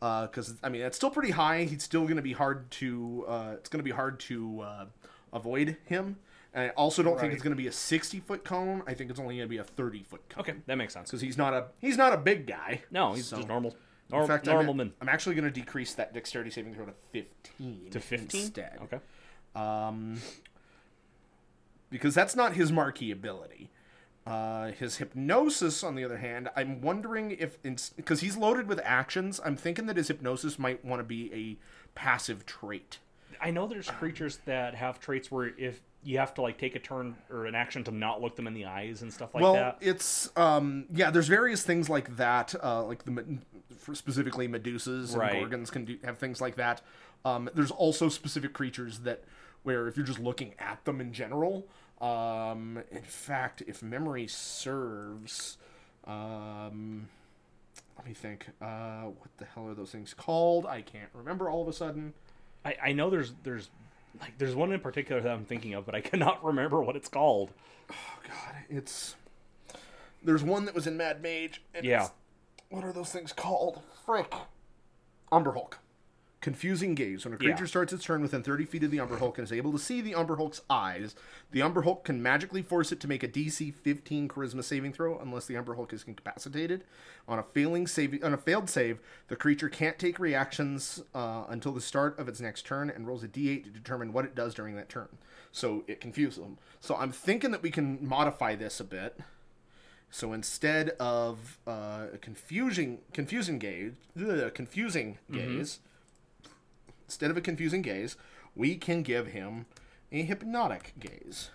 D: Because I mean, that's still pretty high. He's still going to be hard to. Uh, it's going to be hard to uh, avoid him. And I also don't think it's going to be a 60 foot cone. I think it's only going to be a 30 foot cone.
C: Okay, that makes sense.
D: Because he's not a he's not a big guy.
C: No, he's
D: So-
C: just normal.
D: In
C: Nor-
D: fact, I'm-
C: normal man.
D: I'm actually going to decrease that dexterity saving throw to 15.
C: To 15?
D: instead.
C: Okay.
D: Um, because that's not his marquee ability. Uh, his hypnosis, on the other hand, I'm wondering if because he's loaded with actions, I'm thinking that his hypnosis might want to be a passive trait.
C: I know there's creatures that have traits where if you have to like take a turn or an action to not look them in the eyes and stuff like
D: well,
C: that.
D: it's um, yeah. There's various things like that, uh, like the me- for specifically Medusas and
C: Right.
D: Gorgons can do, have things like that. Um, there's also specific creatures that where if you're just looking at them in general. Um, in fact, if memory serves, um, let me think. Uh, what the hell are those things called? I can't remember all of a sudden.
C: I, I know there's there's like there's one in particular that I'm thinking of, but I cannot remember what it's called.
D: God, it's there's one that was in Mad Mage. And
C: Yeah.
D: it's- what are those things called? Frick. Umber Hulk. Confusing gaze. When a creature
C: Yeah.
D: starts its turn within 30 feet of the Umber Hulk and is able to see the Umber Hulk's eyes, the Umber Hulk can magically force it to make a DC 15 Charisma saving throw unless the Umber Hulk is incapacitated. On a failing save, on a failed save, the creature can't take reactions uh, until the start of its next turn and rolls a D8 to determine what it does during that turn. So it confuses them. So I'm thinking that we can modify this a bit. So instead of uh, a confusing confusing gaze, ugh, confusing gaze, instead of a confusing gaze, we can give him a hypnotic gaze.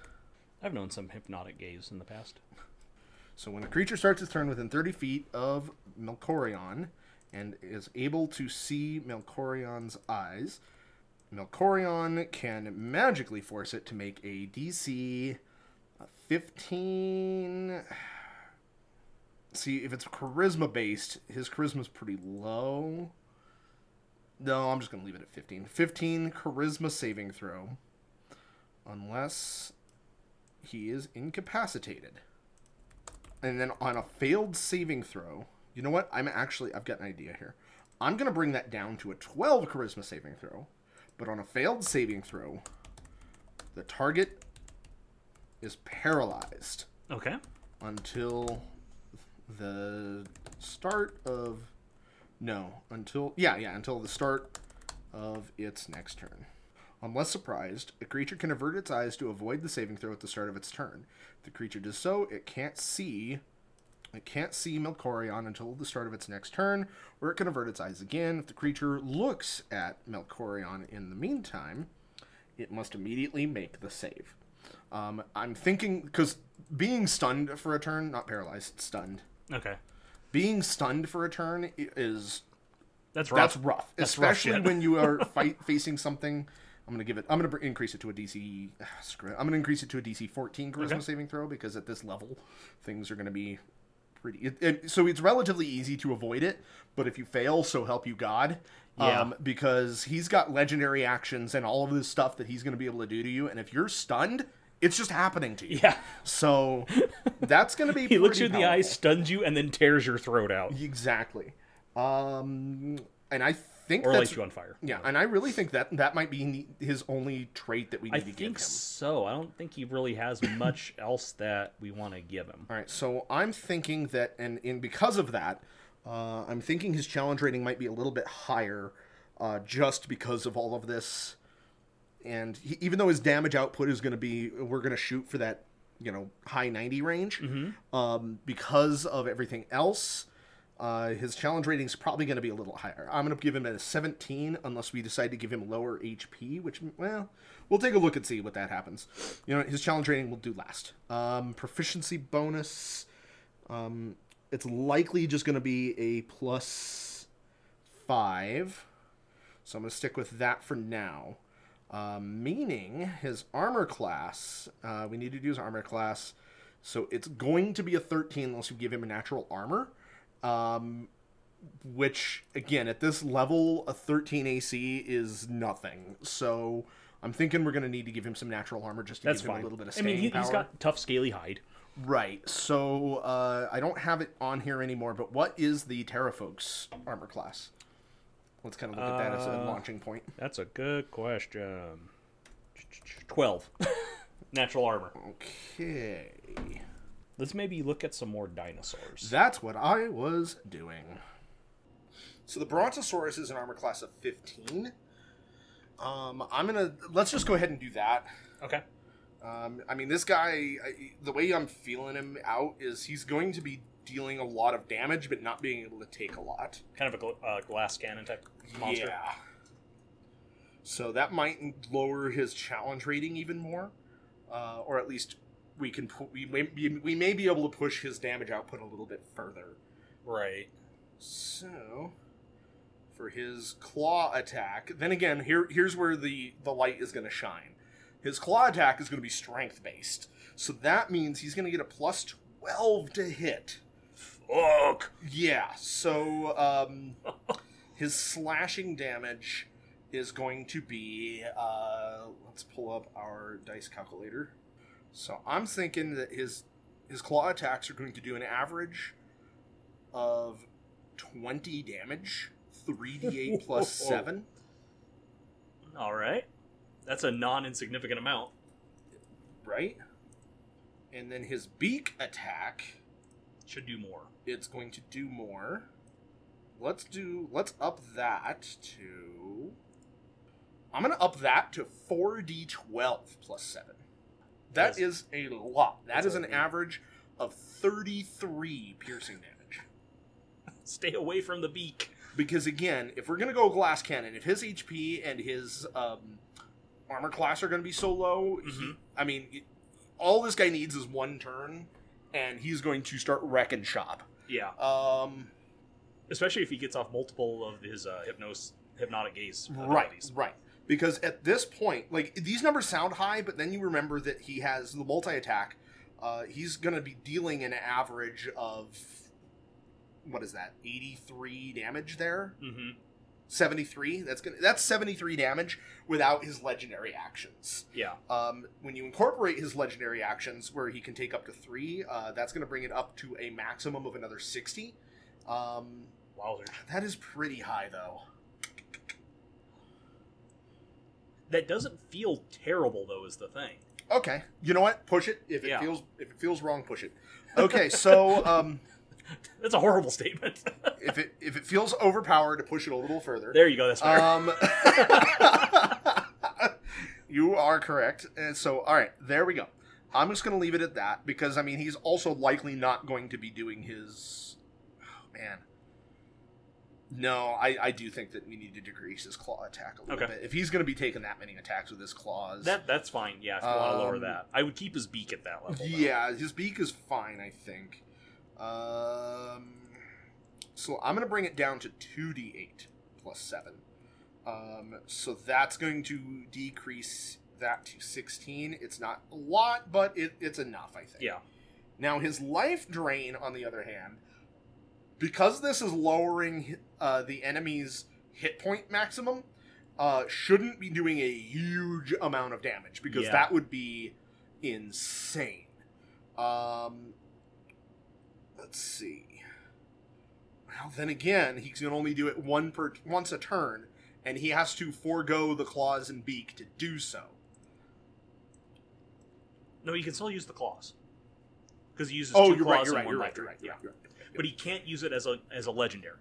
C: I've known some hypnotic gaze in the past.
D: So when a creature starts its turn within 30 feet of Melkorion and is able to see Melkorion's eyes, Melkorion can magically force it to make a DC 15. See, if it's charisma based, his charisma's pretty low. No, I'm just going to leave it at 15. 15 charisma saving throw. Unless he is incapacitated and then on a failed saving throw, you know what? I'm actually I've got an idea here. I'm gonna bring that down to a 12 charisma saving throw, but on a failed saving throw, the target is paralyzed
C: Okay.
D: until the start of no until yeah yeah until the start of its next turn unless surprised a creature can avert its eyes to avoid the saving throw at the start of its turn if the creature does so it can't see it can't see Melkorion until the start of its next turn, where it can avert its eyes again. If the creature looks at Melkorion in the meantime, it must immediately make the save. Um, I'm thinking because being stunned for a turn, not paralyzed, stunned.
C: Okay.
D: Being stunned for a turn i- is
C: That's
D: that's
C: rough.
D: rough,
C: That's rough
D: especially
C: shit.
D: when you are fight facing something. I'm gonna give it. I'm gonna br- increase it to a DC. ah, Screw it. I'm gonna increase it to a DC 14 charisma
C: Okay.
D: saving throw because at this level, things are gonna be pretty. It, it, so it's relatively easy to avoid it, but if you fail, so help you God.
C: Yeah.
D: Um, because he's got legendary actions and all of this stuff that he's gonna be able to do to you, and if you're stunned, it's just happening to you.
C: Yeah.
D: So that's gonna be.
C: He looks you in
D: pretty
C: the eye,
D: powerful.
C: stuns you, and then tears your throat out.
D: Exactly. Um, and I think
C: or
D: that's,
C: light you on fire.
D: yeah, and I really think that that might be ne- his only trait that we need
C: I
D: to give him.
C: think so. I don't think he really has much else that we want to give him.
D: All right, so I'm thinking that, and in because of that, uh, I'm thinking his challenge rating might be a little bit higher, uh, just because of all of this. And he, even though his damage output is going to be, we're going to shoot for that, you know, high 90 range.
C: Mm-hmm.
D: Um, because of everything else, uh, his challenge rating is probably going to be a little higher. I'm going to give him a 17, unless we decide to give him lower HP, which, well, we'll take a look and see what that happens. You know, his challenge rating will do last. Um, proficiency bonus, um, it's likely just going to be a plus five. So I'm going to stick with that for now. Uh, meaning his armor class, uh, we need to do his armor class. So it's going to be a 13 unless you give him a natural armor. Um, which, again, at this level, a 13 AC is nothing. So I'm thinking we're going to need to give him some natural armor just to
C: That's
D: give him
C: fine.
D: a little bit of
C: I
D: staying
C: mean, he,
D: power.
C: he's got tough, scaly hide.
D: Right. So uh, I don't have it on here anymore, but what is the Terrafolk's armor class? Let's kind of look at that as a launching point.
C: That's a good question. Twelve, natural armor.
D: Okay.
C: Let's maybe look at some more dinosaurs.
D: That's what I was doing. So the Brontosaurus is an armor class of 15. Um, I'm gonna let's just go ahead and do that.
C: Okay.
D: Um, I mean, this guy, I, the way I'm feeling him out is he's going to be dealing a lot of damage, but not being able to take a lot.
C: Kind of a gl- uh, glass cannon type monster.
D: Yeah. So that might lower his challenge rating even more, uh, or at least we can pu- we may be, we may be able to push his damage output a little bit further.
C: Right.
D: So for his claw attack, then again here here's where the the light is going to shine. His claw attack is going to be strength based, so that means he's going to get a plus twelve to hit.
C: Fuck.
D: Yeah, so um, his slashing damage is going to be. Uh, let's pull up our dice calculator. So I'm thinking that his his claw attacks are going to do an average of 20 damage, 3d8 plus 7.
C: All right. That's a non-insignificant amount.
D: Right? And then his beak attack
C: Should do more.
D: it's going to do more. Let's do let's up that to I'm gonna up that to four D twelve plus seven. That
C: That's-
D: is a lot. That
C: that's
D: is
C: a
D: an
C: lot.
D: average of thirty-three piercing damage.
C: Stay away from the beak.
D: Because again, if we're gonna go glass cannon, if his HP and his um, armor class are gonna be so low, he-
C: Mhm.
D: I mean, it- all this guy needs is one turn, and he's going to start wrecking shop.
C: Yeah.
D: Um,
C: Especially if he gets off multiple of his uh, hypnos hypnotic gaze
D: Right,
C: abilities.
D: right. Because at this point, like these numbers sound high, but then you remember that he has the multi attack. Uh, he's going to be dealing an average of what is that? Eighty three damage there.
C: Mm-hmm.
D: Seventy three. That's gonna that's seventy three damage without his legendary actions.
C: Yeah.
D: Um, when you incorporate his legendary actions, where he can take up to three, uh, that's going to bring it up to a maximum of another sixty. Um,
C: Wowzer.
D: that is pretty high, though.
C: That doesn't feel terrible though, is the thing.
D: Okay. You know what? Push it. If it
C: Yeah.
D: feels if it feels wrong, push it. Okay, so um
C: That's a horrible statement.
D: if it if it feels overpowered to push it a little further.
C: there you go. That's fair.
D: Um You are correct. And so all right, there we go. I'm just going to leave it at that because I mean he's also likely not going to be doing his oh, man. No, I, I do think that we need to decrease his claw attack a little
C: Okay.
D: bit. If he's going to be taking that many attacks with his claws,
C: that that's fine. Yeah, if you want to lower
D: Um,
C: that, I would keep his beak at that level. though.
D: Yeah, his beak is fine, I think. Um, so I'm going to bring it down to 2d8 plus 7. Um, so that's going to decrease that to 16. It's not a lot, but it, it's enough, I think.
C: Yeah.
D: Now, his life drain, on the other hand, because this is lowering uh, the enemy's hit point maximum, uh, shouldn't be doing a huge amount of damage because
C: Yeah.
D: that would be insane. Um, let's see. Well, then again, he can only do it one per once a turn, and he has to forego the claws and beak to do so.
C: No, you can still use the claws because he uses
D: Oh,
C: two
D: you're right.
C: claws
D: You're right.
C: and
D: You're
C: one
D: right.
C: life
D: You're
C: drain.
D: right.
C: Yeah.
D: You're right.
C: but he can't use it as a as a legendary.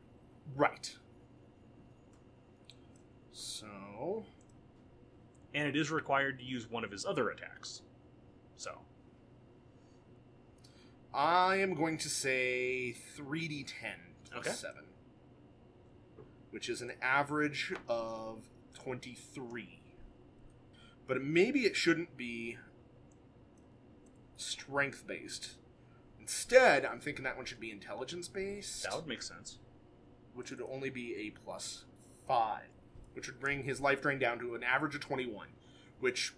D: Right. So
C: and it is required to use one of his other attacks. So,
D: I am going to say three d ten plus
C: Okay.
D: seven, which is an average of twenty three. But maybe it shouldn't be strength based. Instead, I'm thinking that one should be intelligence based,
C: that would make sense.
D: which would only be a plus five, which would bring his life drain down to an average of twenty one, which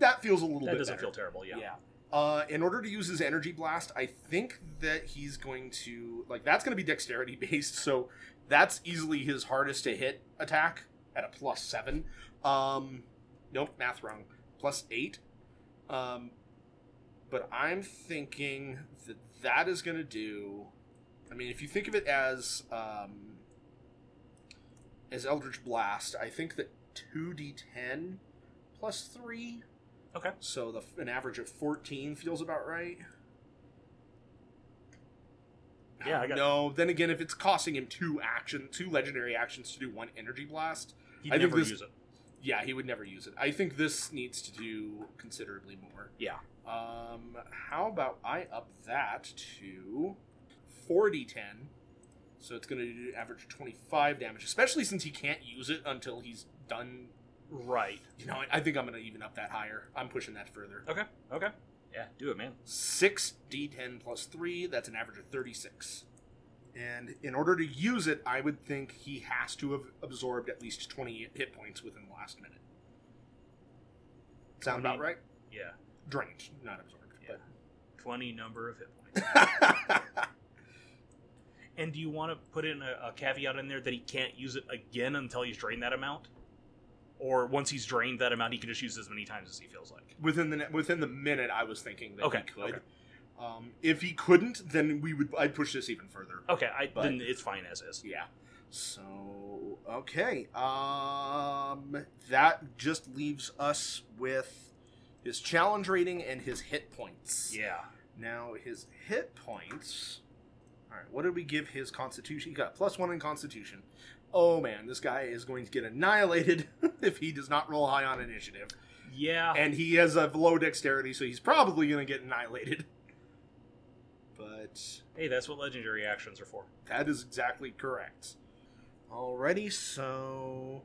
D: that feels a little
C: That
D: bit
C: doesn't
D: better.
C: feel terrible, yeah.
D: Uh, in order to use his energy blast, I think that he's going to like that's going to be dexterity based, so that's easily his hardest to hit attack at a plus seven. Um, nope, math wrong. Plus eight. Um, but I'm thinking that that is going to do. I mean, if you think of it as um, as Eldritch Blast, I think that two d10 plus three
C: Okay.
D: so the an average of fourteen feels about right.
C: Yeah, I got-
D: no. Then again, if it's costing him two action, two legendary actions to do one energy blast,
C: He'd
D: I think
C: never
D: this-
C: use it.
D: yeah, he would never use it. I think this needs to do considerably more.
C: Yeah.
D: Um, how about I up that to forty ten? So it's going to do an average of twenty five damage, especially since he can't use it until he's done.
C: Right.
D: You know, I, I think I'm going to even up that higher. I'm pushing that further.
C: Okay, okay. Yeah, do it, man.
D: six d10 plus three. That's an average of 36. And in order to use it, I would think he has to have absorbed at least 20 hit points within the last minute. Sound about
C: 20?
D: right?
C: Yeah.
D: Drained, not absorbed.
C: Yeah. 20 number of hit points.
D: but-
C: and do you want to put in a, a caveat in there that he can't use it again until he's drained that amount? Or once he's drained that amount, he can just use it as many times as he feels like?
D: within the within the minute, I was thinking that
C: Okay,
D: he could.
C: okay.
D: Um, if he couldn't, then we would. I'd push this even further.
C: Okay, I,
D: But-
C: then it's fine as is.
D: Yeah. So okay. Um that just leaves us with his challenge rating and his hit points.
C: Yeah.
D: Now his hit points. Alright, what did we give his constitution? He got plus one in constitution. Oh man, this guy is going to get annihilated if he does not roll high on initiative.
C: Yeah.
D: And he has a low dexterity, so he's probably gonna get annihilated. But
C: hey, that's what legendary actions are for.
D: that is exactly correct. Alrighty, so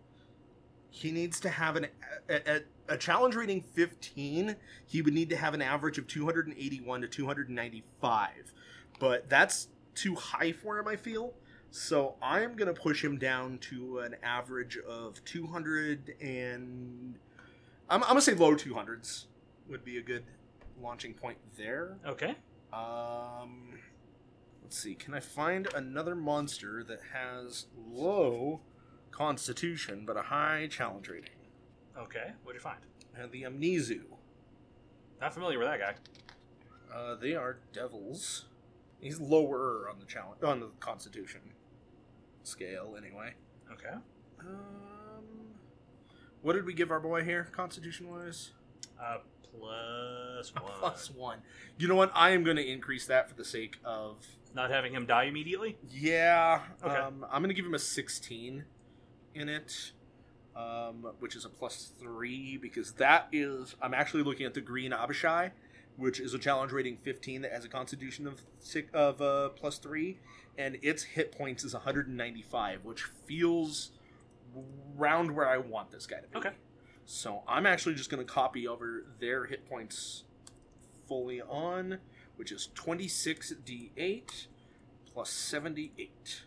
D: he needs to have an a, a, a challenge rating 15. He would need to have an average of 281 to 295, but that's too high for him. I feel so. I'm gonna push him down to an average of 200 and I'm, I'm gonna say low 200s would be a good launching point there.
C: Okay.
D: Um, let's see. Can I find another monster that has low constitution but a high challenge rating?
C: Okay. What'd you find?
D: Uh, the Amnesu.
C: Not familiar with that guy.
D: Uh, they are devils. He's lower on the challenge on the constitution scale, anyway.
C: Okay.
D: Um, what did we give our boy here, constitution wise?
C: Uh, plus one.
D: Plus one. You know what? I am going to increase that for the sake of
C: Not having him die immediately.
D: Yeah.
C: Okay.
D: Um, I'm going to give him a 16 in it, um, which is a plus three because that is. I'm actually looking at the green Abishai, which is a challenge rating 15 that has a constitution of six, of uh, plus three, and its hit points is 195, which feels round where I want this guy to be.
C: Okay.
D: So I'm actually just going to copy over their hit points fully on, which is 26d8 plus 78.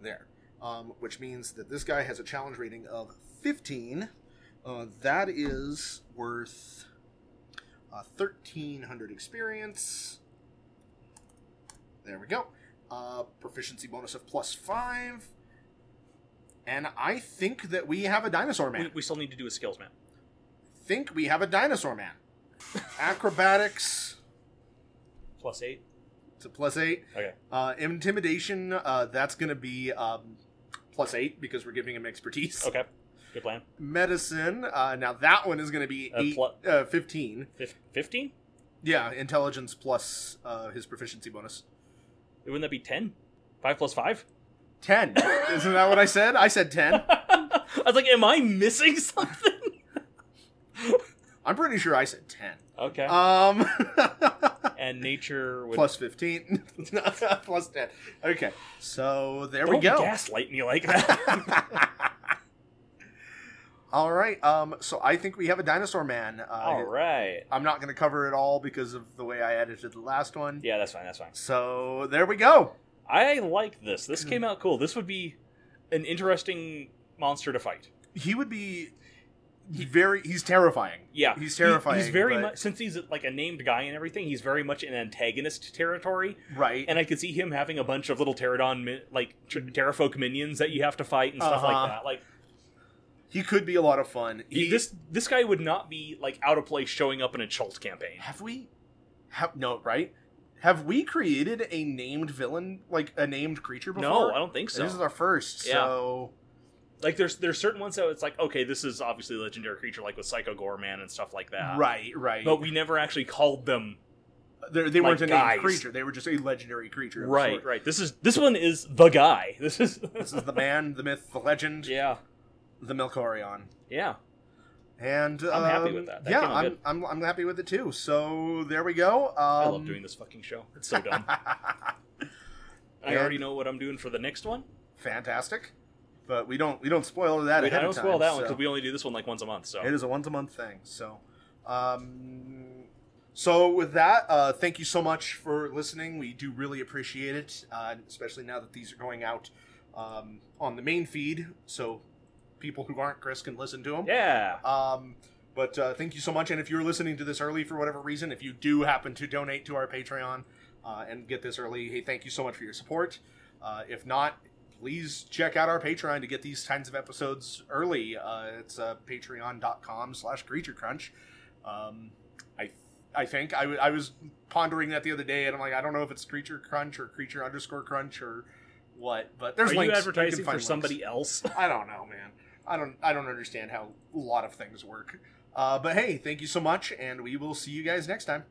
D: There. Um, which means that this guy has a challenge rating of 15. Uh, that is worth uh, 1300 experience. There we go. Uh, proficiency bonus of plus 5. And I think that we have a dinosaur man.
C: We, we still need to do a skills map.
D: think we have a dinosaur man. Acrobatics
C: Plus eight.
D: It's a plus eight.
C: Okay.
D: Uh, intimidation. Uh, that's gonna be um, plus eight because we're giving him expertise.
C: Okay. Good plan.
D: Medicine. Uh, now that one is gonna be
C: A
D: eight,
C: plu-
D: uh, fifteen.
C: Fif- 15?
D: Yeah, intelligence plus uh, his proficiency bonus.
C: Wouldn't that be 10? 5 plus 5?
D: Ten. Isn't that what I said? I said ten.
C: I was like, am I missing something?
D: I'm pretty sure I said ten.
C: Okay.
D: Um,
C: and nature would.
D: plus fifteen. plus ten. Okay. So there
C: Don't
D: we go.
C: gaslight me like that.
D: All right. Um. So I think we have a dinosaur man. Uh,
C: all right.
D: I'm not going to cover it all because of the way I edited the last one.
C: Yeah, that's fine. That's fine.
D: So there we go.
C: I like this. This came out cool. This would be an interesting monster to fight.
D: He would be very. He's terrifying.
C: Yeah,
D: He's
C: He-
D: terrifying.
C: he's very
D: but-
C: much since he's like a named guy and everything. He's very much in antagonist territory,
D: right.
C: and I could see him having a bunch of little pterodon min- like ter- terrafolk minions that you have to fight and stuff
D: Uh-huh.
C: like that. Like
D: he could be a lot of fun.
C: he,
D: He,
C: this this guy would not be like out of place showing up in a Chult campaign.
D: have we? Have no right? Have we created a named villain like a named creature before?
C: No, I don't think so.
D: This is our first.
C: Yeah.
D: So
C: like there's there's certain ones that it's like okay, this is obviously a legendary creature like with Psycho Gore Man and stuff like that.
D: right, right.
C: But we never actually called them
D: They're- they
C: like
D: weren't a
C: guys.
D: named creature. They were just a legendary creature. of
C: Right,
D: sort.
C: right. This is this one is the guy. This is
D: This is the man, the myth, the legend,
C: yeah,
D: the Melkorion.
C: yeah.
D: And
C: I'm happy
D: um,
C: with that. That
D: yeah,
C: came out
D: I'm,
C: good.
D: I'm I'm happy with it too. So there we go. Um,
C: I love doing this fucking show. It's so dumb. I
D: Yeah.
C: already know what I'm doing for the next one.
D: Fantastic, but we don't we don't spoil
C: I,
D: that.
C: mean,
D: ahead
C: I don't
D: of time,
C: spoil that one
D: so.
C: because we only do this one like once a month. So
D: It is a once a month thing. So, um, so with that, uh, thank you so much for listening. We do really appreciate it, uh, especially now that these are going out um, on the main feed, so people who aren't Chris can listen to them.
C: yeah,
D: Um, but uh, thank you so much. And if you're listening to this early for whatever reason, if you do happen to donate to our Patreon uh, and get this early, hey, thank you so much for your support. Uh, if not, please check out our Patreon to get these kinds of episodes early. Uh, it's uh, patreon.com slash creature crunch. Um, I, I think I, w- I was pondering that the other day, and I'm like, I don't know if it's creature crunch or creature underscore crunch or what, but there's
C: are
D: links.
C: you
D: can
C: advertising for
D: find links.
C: somebody else?
D: I don't know, man. I don't I don't understand how a lot of things work. Uh, but hey, thank you so much, and we will see you guys next time.